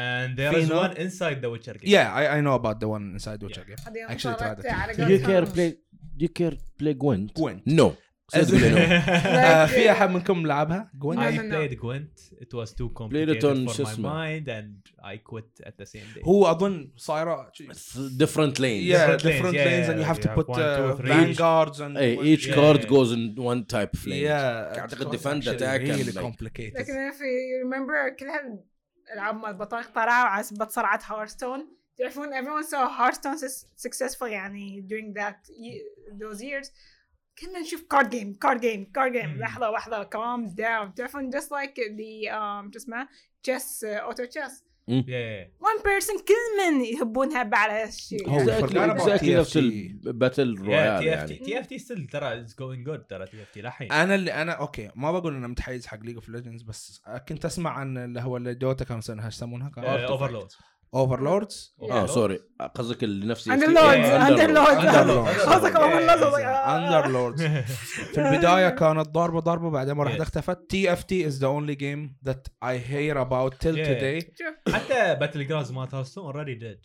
S2: and there
S1: في
S2: is
S1: نوع-
S2: one inside the Witcher game.
S1: Yeah, I, I know about the one inside Witcher game.
S4: هذه
S1: Actually,
S4: انطرت
S1: tried it.
S4: على
S3: Do you
S4: قولتهم.
S3: care play? Do you care play Gwent?
S1: Gwent.
S3: No.
S1: As-
S3: صدق لي no.
S1: آه،
S4: Like,
S1: في
S4: uh,
S1: احد منكم لعبها؟ جوين؟
S4: No,
S2: I
S4: no, no.
S2: played Gwent. It was too
S3: it
S2: complicated
S3: on
S2: for
S3: شو
S2: my
S3: اسمه.
S2: mind, and I quit at the same day.
S1: هو اظن صايره
S3: It's different lanes.
S1: yeah,
S2: Different
S1: different,
S2: lanes, yeah,
S1: lanes, and
S2: yeah,
S1: you have to
S2: you have
S1: put
S2: one,
S1: uh,
S2: two, three.
S1: vanguards and
S3: Hey, each
S2: Yeah,
S3: card
S2: yeah.
S3: goes in one type of lane.
S1: Yeah,
S3: أعتقد
S1: it was
S3: defend,
S1: actually
S3: attack, and
S1: really
S3: like-
S1: complicated.
S4: لكن انا في ريمبر كل هالالعاب مال بطايق طلعوا على سبة صرعة هارستون تعرفون everyone saw هارستون successful يعني during that ye- those years كنا نشوف card game card game card game
S2: Mm.
S4: لحظة واحدة calm down تعرفون just like the um شو اسمه chess uh, auto chess
S2: Yeah, yeah, yeah.
S4: one person كل من يهبون هبة على هالشيء
S1: Oh, we
S3: Exactly-
S1: forgot about
S3: exactly نفس
S1: TFT.
S3: الباتل
S2: yeah,
S3: رويال
S2: TFT,
S3: يعني.
S2: TFT still ترى it's going good ترى TFT لحين.
S1: انا اللي انا اوكي ما بقول انا
S2: Uh,
S1: متحيز حق ليج اوف ليجندز بس كنت اسمع عن اللي هو اللي دوتا كانوا يسمونها
S2: اوفرلود
S1: اوفرلوردز
S3: اه سوري قصدك اللي نفسي
S4: Underlords. Oh
S1: Underlords.
S4: قصدك Overlords.
S1: اندرلوردز في البدايه كانت ضربه ضربه بعدين ما راح
S2: Yes.
S1: اختفت تي اف تي از ذا اونلي جيم ذات اي هير اباوت تيل
S2: Yeah.
S1: توداي
S4: شوف
S2: حتى باتل جراوند مالت هارستون اوريدي ديد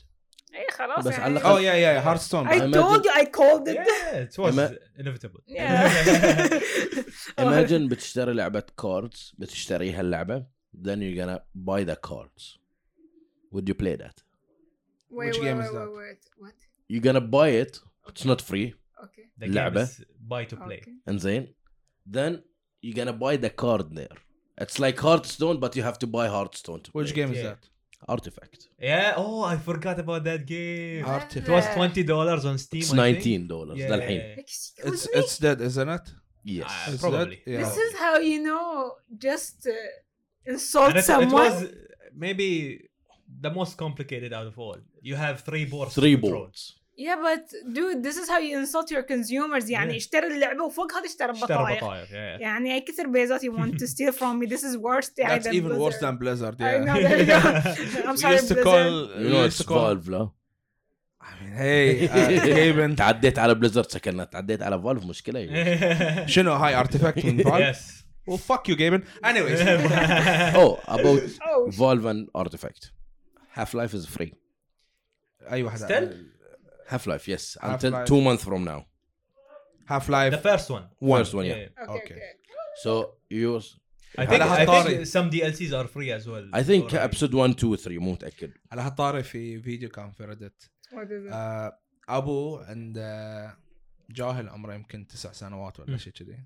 S4: اي خلاص
S3: بس
S4: يعني.
S3: على الأقل-
S1: اوه يا يا هارستون
S4: I told you I called it
S2: ات واز انيفيتابل
S4: Yeah.
S3: Imagine بتشتري لعبة كاردز بتشتريها اللعبة then you're gonna buy the cards would you play that
S4: Wait,
S1: Which
S4: wait,
S1: game
S4: wait,
S1: is that?
S4: wait, wait. What?
S3: you're gonna buy it it's not free
S4: Okay.
S3: لعبة.
S2: باي تو بلاي
S4: Okay.
S3: انزين then you're gonna buy the card there it's like Hearthstone but you have to buy Hearthstone to
S1: which
S3: play.
S1: game is
S2: Yeah.
S1: that
S3: Artifact
S2: يا اوه اي فورجات اباوت ذات جيم
S1: Ah,
S2: It was $20 on Steam.
S3: it's
S2: I think.
S3: 19 dollars
S2: Yeah.
S3: ده الحين
S1: it's
S4: Excuse me.
S1: it's dead isn't it
S3: yes
S2: Ah,
S1: It's
S2: Probably.
S1: dead? Yeah.
S4: This is how you know just uh,
S2: And
S4: insult
S2: it, it
S4: someone.
S2: was maybe the most complicated out of all. You have three boards. to
S3: three
S2: control.
S3: boards
S4: Yeah, but dude, this is how you insult your consumers. يعني
S2: Yeah.
S4: اشترى اللعبة وفوقها تشترى
S2: اشترى
S4: بطايق.
S2: بطايق. Yeah.
S4: يعني أي كثر بيزات you want to steal from me. This is worse. يعني
S1: that's
S4: than
S1: even worse
S4: Blizzard.
S1: than blizzard
S4: I know,
S1: yeah
S4: there you go. I'm
S1: we
S4: sorry,
S1: used to
S4: Blizzard.
S1: call
S3: you
S1: we
S3: know
S1: used
S3: it's
S1: to call-
S3: Valve لا
S1: I mean, hey uh, Gaben.
S3: Ah, تعديت على Blizzard سكننا تعديت على Valve مشكلة يعني.
S1: شنو هاي ارتفاكت من فايف
S2: yes.
S1: well fuck you Gaben anyways
S3: oh about
S4: Oh,
S3: Valve and Artifact Half Life is free
S1: اي واحد
S2: Still?
S3: Half Life yes until
S1: Half-Life.
S3: two months from now
S1: هاف لايف
S2: the first one.
S3: one. first one yeah,
S2: Yeah.
S4: okay,
S1: Okay.
S4: okay.
S3: so yours
S2: I think,
S1: على
S2: I
S1: هالطاري.
S2: think some DLCs are free as well.
S3: I think
S2: already.
S3: episode 1 2 3 مو متأكد
S1: على هالطاري في فيديو كان في ردت
S4: What is it?
S1: آه ابو عند آه، جاهل عمره يمكن تسع سنوات ولا
S2: مم.
S1: شيء كذي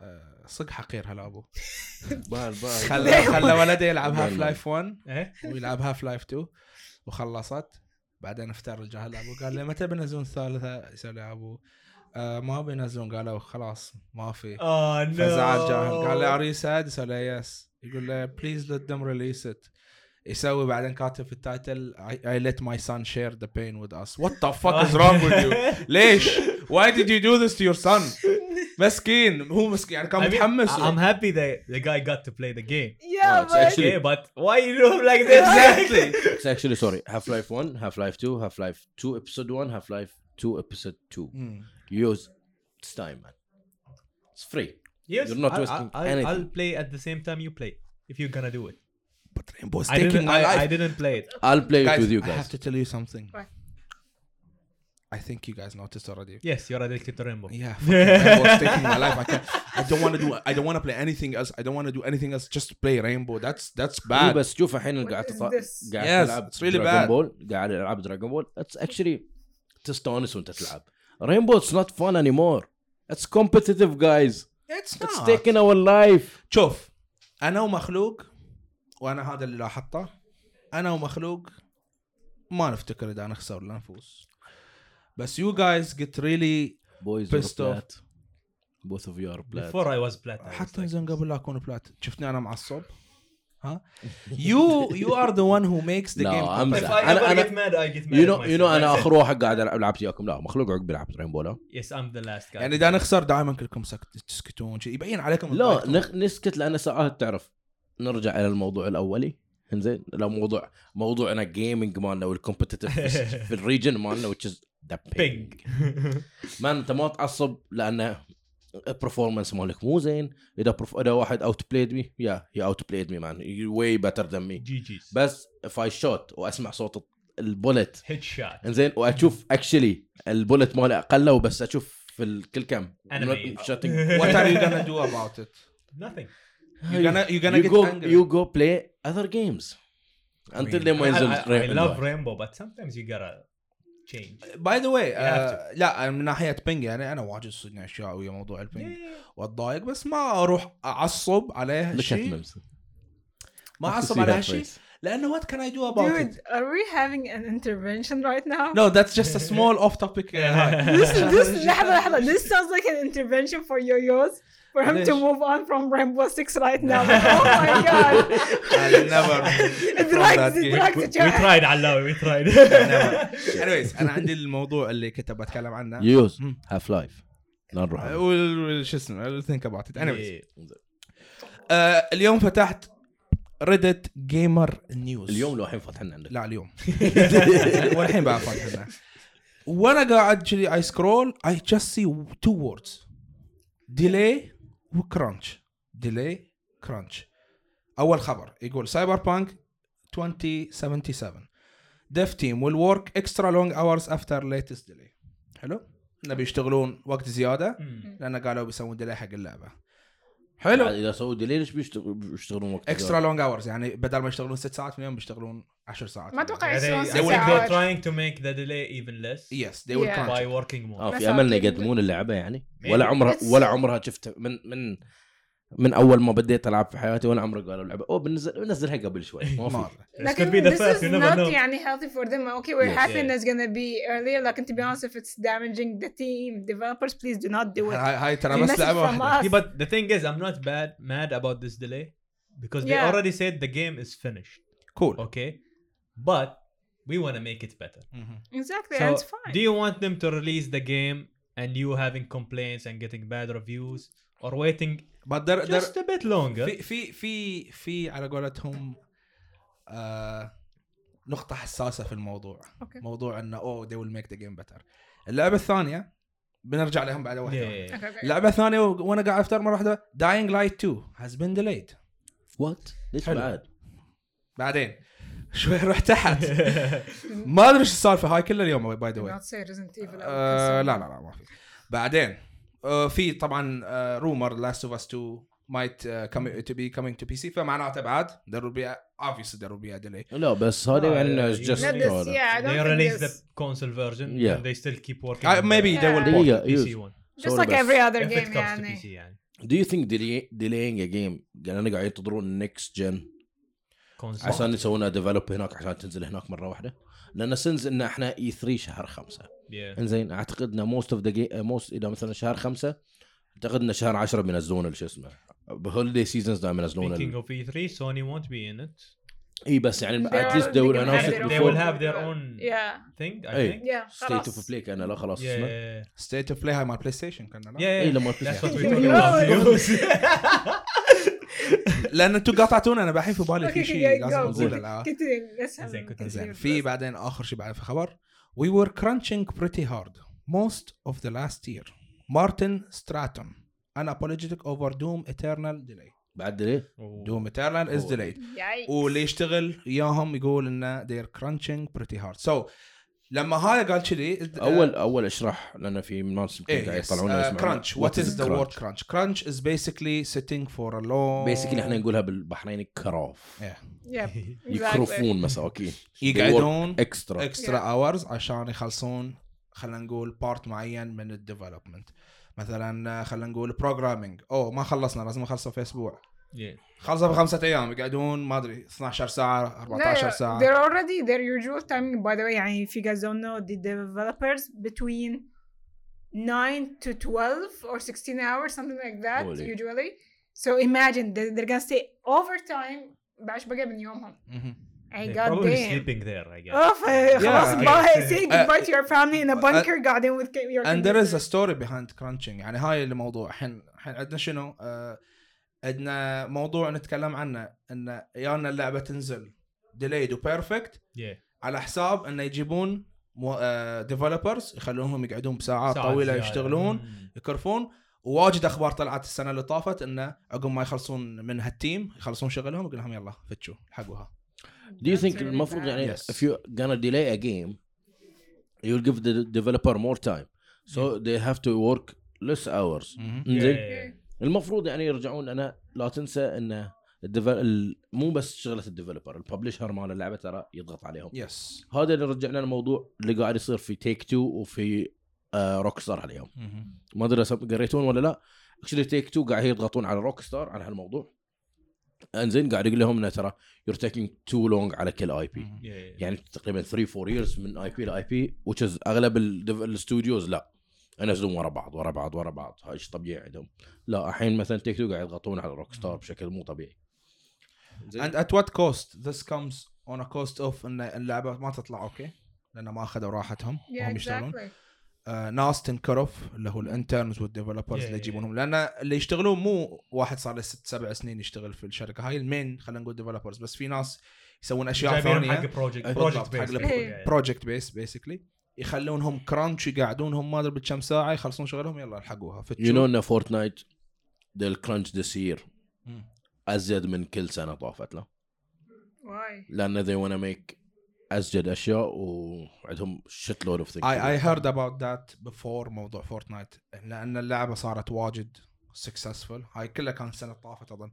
S1: آه، صدق حقير هلا ابو
S3: بال بال
S1: خلى خلى ولده يلعب
S3: والله.
S1: هاف لايف 1
S2: إيه.
S1: ويلعب هاف لايف 2 وخلصت بعدين افتر الجاهل ابو قال لي متى بينزلون الثالثه؟ يسال يا ابو آه ما بينزلون قالوا خلاص ما في
S2: Oh no.
S1: فزعل جاهل قال له ار يو ساد؟ يسال له يس يقول له بليز ليت ذم ريليس ات يسوي بعدين كاتب في التايتل اي ليت ماي سان شير ذا بين وذ اس وات ذا فك از رونج وذ يو ليش؟ واي ديد يو دو ذس تو يور سن؟ مسكين هو مسكين يعني كان
S2: I mean,
S1: متحمس
S2: I- I'm happy that the guy got to play the game.
S4: Yeah,
S3: it's
S4: but
S3: actually-
S2: Okay, but why you do him like this?
S1: Exactly.
S3: It's actually sorry Half Life 1 Half Life 2 Half Life 2 episode 1 Half Life 2 episode 2
S1: مم.
S3: yours it's time man it's free
S2: Yes,
S3: You're not
S2: I'll-
S3: wasting
S2: I'll- I'll, I'll
S3: anything.
S2: play at the same time you play if you're gonna do it.
S1: But Rainbow is
S2: I didn't,
S1: taking my
S2: I, I
S1: life.
S2: didn't play it.
S3: I'll play it
S1: Guys,
S3: with you
S1: I have
S3: guys
S1: to tell you something.
S4: What?
S1: I think you guys noticed already.
S2: Yes, you're addicted to Rainbow.
S1: Yeah, fucking Rainbow is taking my life. I can't, I don't want to do. I don't want to play anything else. I don't want to do anything else. Just play Rainbow. That's that's
S3: إيه
S1: bad.
S3: بس شوف الحين قاعد
S4: What is
S3: تط- قاعد
S4: this?
S1: Yes,
S3: تلعب
S1: it's really
S3: دراجون
S1: bad.
S3: بول قاعد العب دراجون بول اتس اكشلي تستانس وانت تلعب رينبو اتس نوت فان اني مور اتس كومبتيتيف جايز
S1: It's
S3: اتس
S1: not.
S3: تيكن اور لايف
S1: شوف انا ومخلوق وانا هذا اللي لاحظته انا ومخلوق ما نفتكر اذا نخسر ولا نفوز بس يو جايز جيت ريلي
S3: بويز
S1: Pissed off.
S3: بلات بوث اوف يور بلات
S2: Before I was plat. I was
S1: حتى
S2: like-
S1: زين قبل لا اكون بلات شفتني انا معصب ها يو يو ار ذا ون هو ميكس ذا
S3: No,
S1: جيم
S3: I'm
S2: If
S3: زين.
S2: I
S3: أنا-
S2: ever
S3: أنا-
S2: get mad, I get mad.
S3: يو
S2: at
S3: نو يو نو
S2: myself.
S3: انا
S2: That's
S3: اخر واحد قاعد العب لعبت وياكم لا مخلوق عقب يلعب رينبو لا
S2: it. Yes, I'm the last guy.
S1: يعني اذا نخسر دائما كلكم سكت تسكتون شي، يبين عليكم
S3: لا
S1: انطباعكم.
S3: نخ- نسكت لان ساعات تعرف نرجع الى الموضوع الاولي انزين لو موضوع موضوعنا جيمنج مالنا والكومبتيتيف في الريجن مالنا which is the ping.
S2: Ping.
S3: مان انت ما تعصب لانه البرفورمانس مالك مو زين اذا برف... اذا واحد اوت بلايد مي يا هي اوت بلايد مي مان واي بيتر ذان مي
S2: GG's.
S3: بس اف اي شوت واسمع صوت البولت
S2: Headshot.
S3: انزين واشوف اكشلي البولت ماله اقل وبس اشوف في الكل كم
S2: Enemy.
S3: شوتنج
S1: what are you gonna do about it
S2: Nothing.
S1: you gonna you gonna
S3: you
S1: get
S3: go
S1: angry
S3: you go play other games until
S1: mean,
S3: لما
S2: I,
S3: ينزل
S2: I- I
S3: Rainbow.
S2: love Rainbow, but sometimes you gotta change.
S1: باي ذا واي
S2: have
S1: آه، لا من ناحيه بينج يعني انا واجد صدني اشياء ويا موضوع البينج
S2: Yeah.
S1: واتضايق بس ما اروح اعصب عليه
S3: Look at
S1: شيء
S3: Mims.
S1: ما
S3: I have to
S1: اعصب
S3: see
S1: عليه
S3: her
S1: شيء
S3: face.
S1: لانه what can I do about
S4: dude,
S1: it
S4: are we having an intervention right now?
S1: no that's just a small off topic uh, hi.
S4: This, this, لحظة لحظة. This sounds like an intervention for Yo-Yo's. For him to
S1: ليش؟
S4: move on from Rainbow Six right now. oh my god.
S1: I'll never
S4: It
S1: from that
S4: drags, it
S1: game.
S4: drags
S2: We
S4: it. yeah.
S2: tried, Allah, we tried.
S1: never. anyways انا عندي الموضوع اللي كنت بتكلم عنه
S3: يوز
S1: مم.
S3: هاف لايف لا نروح
S1: I will- will- شو اسمه I'll think about it anyways
S2: Yeah.
S1: آه، اليوم فتحت ريدت جيمر نيوز
S3: اليوم لو الحين فاتحنا عندك
S1: لا اليوم والحين بقى فاتحنا وانا قاعد كذي اي سكرول اي جاست سي تو ووردز ديلي وكرانش ديلي كرانش اول خبر يقول سايبر بانك 2077 ديف تيم ويل ورك اكسترا لونج اورز افتر ليتست ديلي حلو انه بيشتغلون وقت زياده
S2: مم.
S1: لان قالوا بيسوون ديلي حق اللعبه
S3: حلو اذا سووا ديلي ليش بيشتغل- بيشتغلون وقت
S1: اكسترا لونج اورز يعني بدل ما يشتغلون ست ساعات في اليوم بيشتغلون 10 ساعات
S4: ما اتوقع
S2: Are hmm, they,
S4: يشتغلون
S2: I
S4: ست
S1: They
S2: think
S1: will
S2: they're
S4: ساعات
S2: trying to make the delay even less
S1: يس they will
S4: Yeah.
S1: crunch
S2: by
S1: it.
S2: working more.
S3: اه في
S4: مساكين.
S3: امل انه يقدمون اللعبه يعني
S2: Maybe.
S3: ولا عمرها
S4: It's-
S3: ولا عمرها شفت من من من اول ما بديت العب في حياتي ولا عمري قالوا لعبه اوه بنزل بنزلها قبل شوي ما
S1: ما
S3: في
S1: أدري.
S2: This
S4: لكن
S2: could be the
S4: this
S2: first,
S4: is
S2: you never
S4: not
S2: know.
S4: يعني healthy for them. Okay, we're
S3: Yes.
S4: happy
S2: Yeah.
S4: and it's gonna be earlier. Like, to be honest, if it's damaging the team, developers, please do not do it.
S1: هاي هاي ترى
S4: The
S1: بس
S4: message
S1: لعبه
S4: from
S1: واحده
S4: us.
S2: Yeah, but the thing is, I'm not bad mad about this delay because they
S4: Yeah.
S2: already said the game is finished.
S1: كول
S2: Okay, but we want to make it better.
S4: Exactly,
S2: So,
S4: and it's fine.
S2: do you want them to release the game and you having complaints and getting bad reviews or waiting
S1: بعد در در
S2: just a bit longer?
S1: في في في في على قولتهم آه نقطة حساسة في الموضوع
S4: Okay.
S1: موضوع انه اوه they will make the game better اللعبة الثانية بنرجع لهم بعد واحدة
S2: Yeah,
S4: Okay, okay.
S1: اللعبة الثانية و- وانا قاعد افتر مرة واحدة Dying Light 2 has been delayed
S3: وات ليش
S1: حلو.
S3: بعد؟
S1: بعدين شوي روح تحت
S2: yeah.
S1: ما ادري ايش السالفة هاي كلها اليوم باي ذا
S4: Do
S1: واي
S4: not say Resident Evil.
S2: Uh,
S4: I would
S1: آه، لا
S4: consider.
S1: لا لا ما في بعدين آه، في آه، طبعا رومر لاست اوف اس 2 might uh, come, to be coming to PC فمعناته بعد there will be a, obviously there will be a delay
S3: لا بس هذا
S2: آه،
S3: يعني
S2: يعني
S3: it's just
S4: Not this,
S3: هذا.
S4: yeah, I
S2: they
S4: don't think
S2: release the
S4: this-
S2: console version
S3: Yeah.
S2: and they still keep working.
S1: Uh,
S2: on
S1: maybe
S2: the
S1: they will
S4: Yeah.
S1: port
S3: دقيقة
S2: PC
S3: يوز
S2: one.
S4: Just
S3: sorry
S4: like
S3: بس.
S4: every other
S2: If it
S4: game,
S2: comes to
S4: يعني.
S2: PC, يعني.
S3: Do you think delay- delaying a game قاعدين قاعد ينتظرون next gen
S2: Console.
S3: عشان يسوونها ديفلوب هناك عشان تنزل هناك مره واحده؟ لان سنز ان احنا اي 3 E شهر خمسه
S2: Yeah.
S3: انزين اعتقد ان موست اوف ذا موست اذا مثلا شهر خمسه اعتقد ان شهر 10 بينزلون ال- شو اسمه بهوليدي سيزونز دائما ينزلون
S2: Speaking
S3: ال-
S2: of E3, Sony won't be in it.
S3: اي بس يعني
S4: They
S3: اتليست
S4: are-
S3: they will
S4: they
S3: announce
S4: have
S3: it
S4: their own-
S2: they will
S3: before
S2: have their own
S4: Yeah,
S2: thing, I
S3: Hey.
S2: think.
S4: yeah.
S3: ستيت
S4: خلاص.
S3: اوف بلاي كان لا خلاص
S2: Yeah,
S3: اسمه.
S2: yeah,
S1: ستيت اوف بلاي هاي مال بلاي ستيشن كنا لا؟
S2: yeah.
S3: اي لما
S2: That's
S3: تنزل.
S2: what we talking about.
S1: لان انتم قاطعتونا انا الحين في بالي
S4: Okay,
S1: في
S4: okay,
S1: شيء
S4: yeah,
S1: لازم
S4: go.
S1: نقول الآن.
S4: Continue, let's have-
S2: زين، continue.
S1: زين
S4: continue
S1: في
S4: first.
S1: بعدين اخر شيء بعد في خبر We were crunching pretty hard most of the last year. Martin Stratton unapologetic over Doom Eternal delay.
S3: بعد ليه؟
S2: Oh.
S1: Doom Eternal is
S3: Oh.
S1: delayed.
S4: Yikes.
S1: واللي يشتغل وياهم يقول انه they're crunching pretty hard. So لما هذا قال كذي إيه،
S3: اول اول اشرح لان في ناس يمكن قاعد يطلعون
S1: Uh, آه،
S3: يسمعون.
S1: كرانش وات از ذا وورد
S3: crunch؟
S1: كرانش كرانش از بيسكلي sitting فور ا لونج
S3: بيسكلي احنا نقولها بالبحريني كراف
S4: Yep, exactly.
S3: يكرفون مساكين
S1: يقعدون
S3: اكسترا
S1: اكسترا اورز عشان يخلصون خلينا نقول بارت معين من الديفلوبمنت مثلا خلينا نقول بروجرامينج او ما خلصنا لازم نخلصه في اسبوع
S2: Yeah.
S1: خلصه بخمسه ايام يقعدون ما ادري 12 ساعه
S4: No,
S1: 14
S4: yeah,
S1: ساعه
S4: They're already their usual timing. By the way, يعني if you guys don't know, the developers between nine to twelve or sixteen hours, something like that,
S3: Holy.
S4: usually. So imagine they- they're gonna stay overtime. بعش بقى من يومهم.
S1: مهم.
S4: Hey,
S2: They're
S4: God
S2: probably
S4: damn.
S2: sleeping there, I guess.
S4: Off, uh, خلاص
S1: Yeah.
S4: باي say
S1: Uh,
S4: goodbye to your family in a
S1: uh,
S4: bunker قاعدين with your
S1: and there is a story behind crunching يعني هاي الموضوع الحين الحين عندنا شنو؟ آه، عندنا موضوع نتكلم عنه ان يانا اللعبه تنزل ديليد وبيرفكت
S2: Yeah.
S1: على حساب انه يجيبون ديفلوبرز يخلونهم يقعدون بساعات
S2: ساعات
S1: طويله
S2: زيادة.
S1: يشتغلون
S2: Ah, Mm.
S1: يكرفون وواجد اخبار طلعت السنه اللي طافت انه عقب ما يخلصون من هالتيم يخلصون شغلهم يقول لهم يلا فتشوا الحقوها
S3: Do you think المفروض يعني
S1: Yes.
S3: if you're gonna delay a game you'll give the developer more time so they have to work less
S1: Mm.
S3: hours
S2: Yeah,
S3: إنزين؟
S2: yeah, yeah.
S3: المفروض يعني يرجعون انا لا تنسى ان الديفل... ال- مو بس شغله الديفلوبر الببلشر مال اللعبه ترى يضغط عليهم
S1: يس
S3: هذا اللي رجعنا الموضوع اللي قاعد يصير في تيك تو وفي آه روك ستار عليهم ما ادري سب- قريتون ولا لا اكشلي تيك تو قاعد يضغطون على روك ستار على هالموضوع انزين قاعد يقول لهم انه ترى يور تيكينج تو لونج على كل اي بي
S2: Yeah, yeah, yeah.
S3: يعني تقريبا 3 4 years من اي بي لاي بي وتشز اغلب ال- الاستوديوز لا ينزلون ورا بعض ورا بعض ورا بعض هاي شيء طبيعي عندهم لا الحين مثلا تيك تو قاعد يضغطون على روك ستار بشكل مو طبيعي زين.
S1: and at what cost this comes on a cost of ان اللعبه ما تطلع اوكي لان ما اخذوا راحتهم
S4: yeah,
S1: وهم يشتغلون
S4: exactly.
S1: آه، ناس تنكرف اللي هو الانترنز والديفلوبرز
S2: Yeah,
S1: اللي
S2: yeah,
S1: يجيبونهم لان اللي يشتغلون مو واحد صار له ست سبع سنين يشتغل في الشركه هاي المين خلينا نقول ديفلوبرز بس في ناس يسوون اشياء
S2: جايبينهم حق
S1: ثانيه
S2: بروجكت
S3: بالضبط،
S2: بروجكت
S1: حق
S2: بيس.
S1: البرو-
S2: Yeah, yeah.
S1: بروجكت بيس بيسكلي يخلونهم كرانش يقعدونهم ما ادري بكم ساعه يخلصون شغلهم يلا الحقوها فتشوا
S3: يو نو ان فورتنايت الكرنش ذس يير
S1: مم.
S3: ازيد من كل سنه طافت له
S4: Why?
S3: لان they wanna make ازيد اشياء وعندهم shit load of things
S1: I I heard about that before موضوع فورتنايت لان اللعبه صارت واجد سكسسفul هاي كلها كان السنه طافت اظن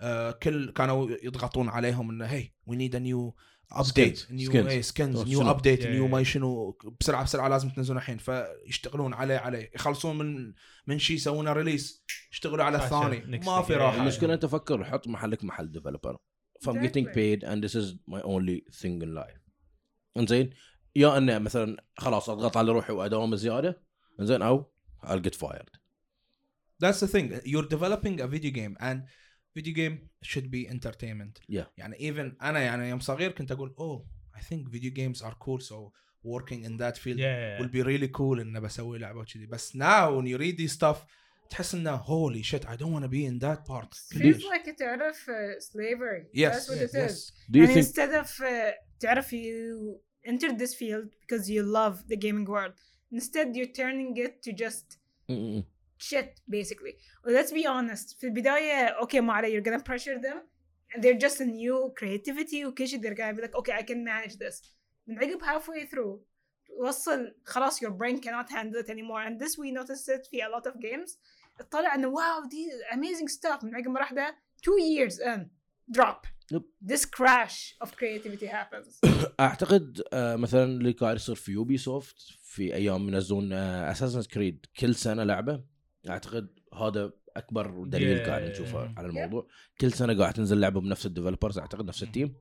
S1: آه كل كانوا يضغطون عليهم انه هي وي نيد ا نيو ابديت
S3: Skins. Oh, Skins.
S1: نيو سكنز
S3: طب
S1: نيو
S3: شنو؟
S1: ابديت
S2: Yeah,
S1: نيو
S2: yeah.
S1: ما شنو بسرعه بسرعه لازم تنزلون الحين فيشتغلون عليه عليه يخلصون من من شيء يسوونه ريليس يشتغلوا على
S2: عشان
S1: الثاني
S2: next
S1: ما
S2: thing.
S1: في
S2: Yeah,
S1: راحه
S3: المشكله انت فكر حط محلك محل ديفلوبر if I'm getting
S4: Exactly.
S3: paid and this is my only thing in life انزين يا انه مثلا خلاص اضغط على روحي واداوم زياده انزين او I'll get fired
S1: That's the thing. You're developing a video game and video game should be entertainment.
S3: Yeah.
S1: يعني even انا يعني يوم صغير كنت اقول oh I think video games are cool so working in that field
S2: Yeah,
S1: will be really cool انه بسوي لعبه وكذي بس now when you read these stuff تحس انه holy shit I don't want to be in that part.
S4: Feels like it out of uh, slavery.
S1: Yes.
S4: That's
S1: yes,
S4: what it is.
S3: do you
S4: and
S3: think
S4: instead of uh, تعرف you entered this field because you love the gaming world. Instead, you're turning it to just
S3: Mm-mm.
S4: shit basically. Well, let's be honest. في البداية okay ما علي you're gonna pressure them and they're just a new creativity وكل شيء they're gonna be like okay I can manage this. من عقب halfway through وصل خلاص your brain cannot handle it anymore and this we noticed it في a lot of games طلع انه wow دي amazing stuff من عقب ما راح ده two years in drop
S3: Yep.
S4: this crash of creativity happens
S3: اعتقد آه، مثلا اللي قاعد يصير في يوبي سوفت في ايام ينزلون اساسن كريد آه، كل سنه لعبه اعتقد هذا اكبر دليل
S2: Yeah.
S3: قاعد نشوفه على الموضوع كل سنه قاعد تنزل لعبه بنفس الديفلوبرز اعتقد نفس التيم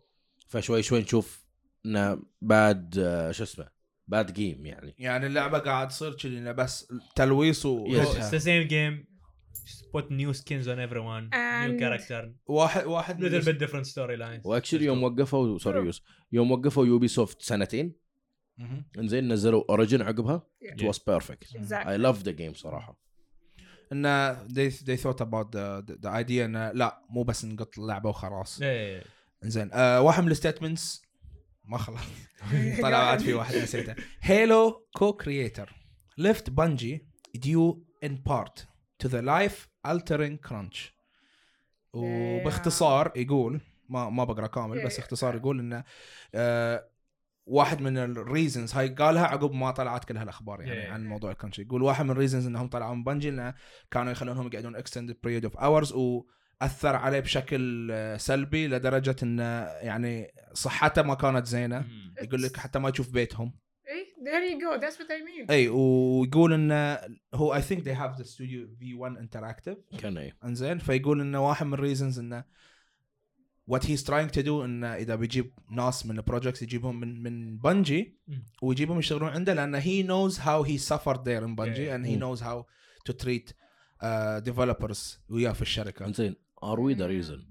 S3: فشوي شوي نشوف انه بعد آه، شو اسمه باد جيم يعني
S1: يعني اللعبه قاعد تصير كذي انه بس تلويص
S2: yeah. So it's
S1: وهتها.
S2: the same game. Just put new skins on everyone. New
S4: And-
S2: character.
S1: واحد واحد من
S2: Little bit different storylines.
S3: واكشلي يوم وقفوا سوري يوس يوم وقفوا يوبي سوفت سنتين
S1: مهم.
S3: انزين نزلوا اوريجن عقبها
S4: Yeah.
S3: ات واز بيرفكت
S4: exactly
S3: اي لاف ذا جيم صراحه
S1: انه they they thought about the the, the idea انه لا مو بس نقط اللعبه وخلاص.
S2: Yeah, yeah, yeah.
S1: زين آه واحد من الستيتمنتس ما خلص طلع بعد في واحد نسيته هيلو كو كرييتر ليفت بنجي ديو ان بارت تو ذا لايف altering كرانش وباختصار يقول ما ما بقرا كامل بس اختصار يقول انه آه واحد من الريزنز هاي قالها عقب ما طلعت كل هالاخبار يعني
S2: Yeah.
S1: عن موضوع الكرانش يقول واحد من الريزنز انهم طلعوا من بنجي انه كانوا يخلونهم يقعدون اكستندد بريود اوف اورز واثر عليه بشكل آه، سلبي لدرجه انه يعني صحته ما كانت زينه
S2: Mm.
S1: يقول لك حتى ما يشوف بيتهم
S4: إيه، there you go that's what I mean
S1: اي ويقول انه هو اي ثينك ذي هاف ذا ستوديو في 1 انتراكتيف
S3: كان ايه
S1: انزين فيقول انه واحد من الريزنز انه وات هيز تراينج تو دو انه اذا بيجيب ناس من البروجكتس يجيبهم من من بنجي
S2: مم.
S1: ويجيبهم يشتغلون عنده لان هي نوز هاو هي سفر ذير ان بنجي
S2: Yeah.
S1: اند هي
S3: مم.
S1: نوز هاو تو تريت ديفلوبرز آه، وياه في الشركه
S3: انزين ار وي ذا ريزن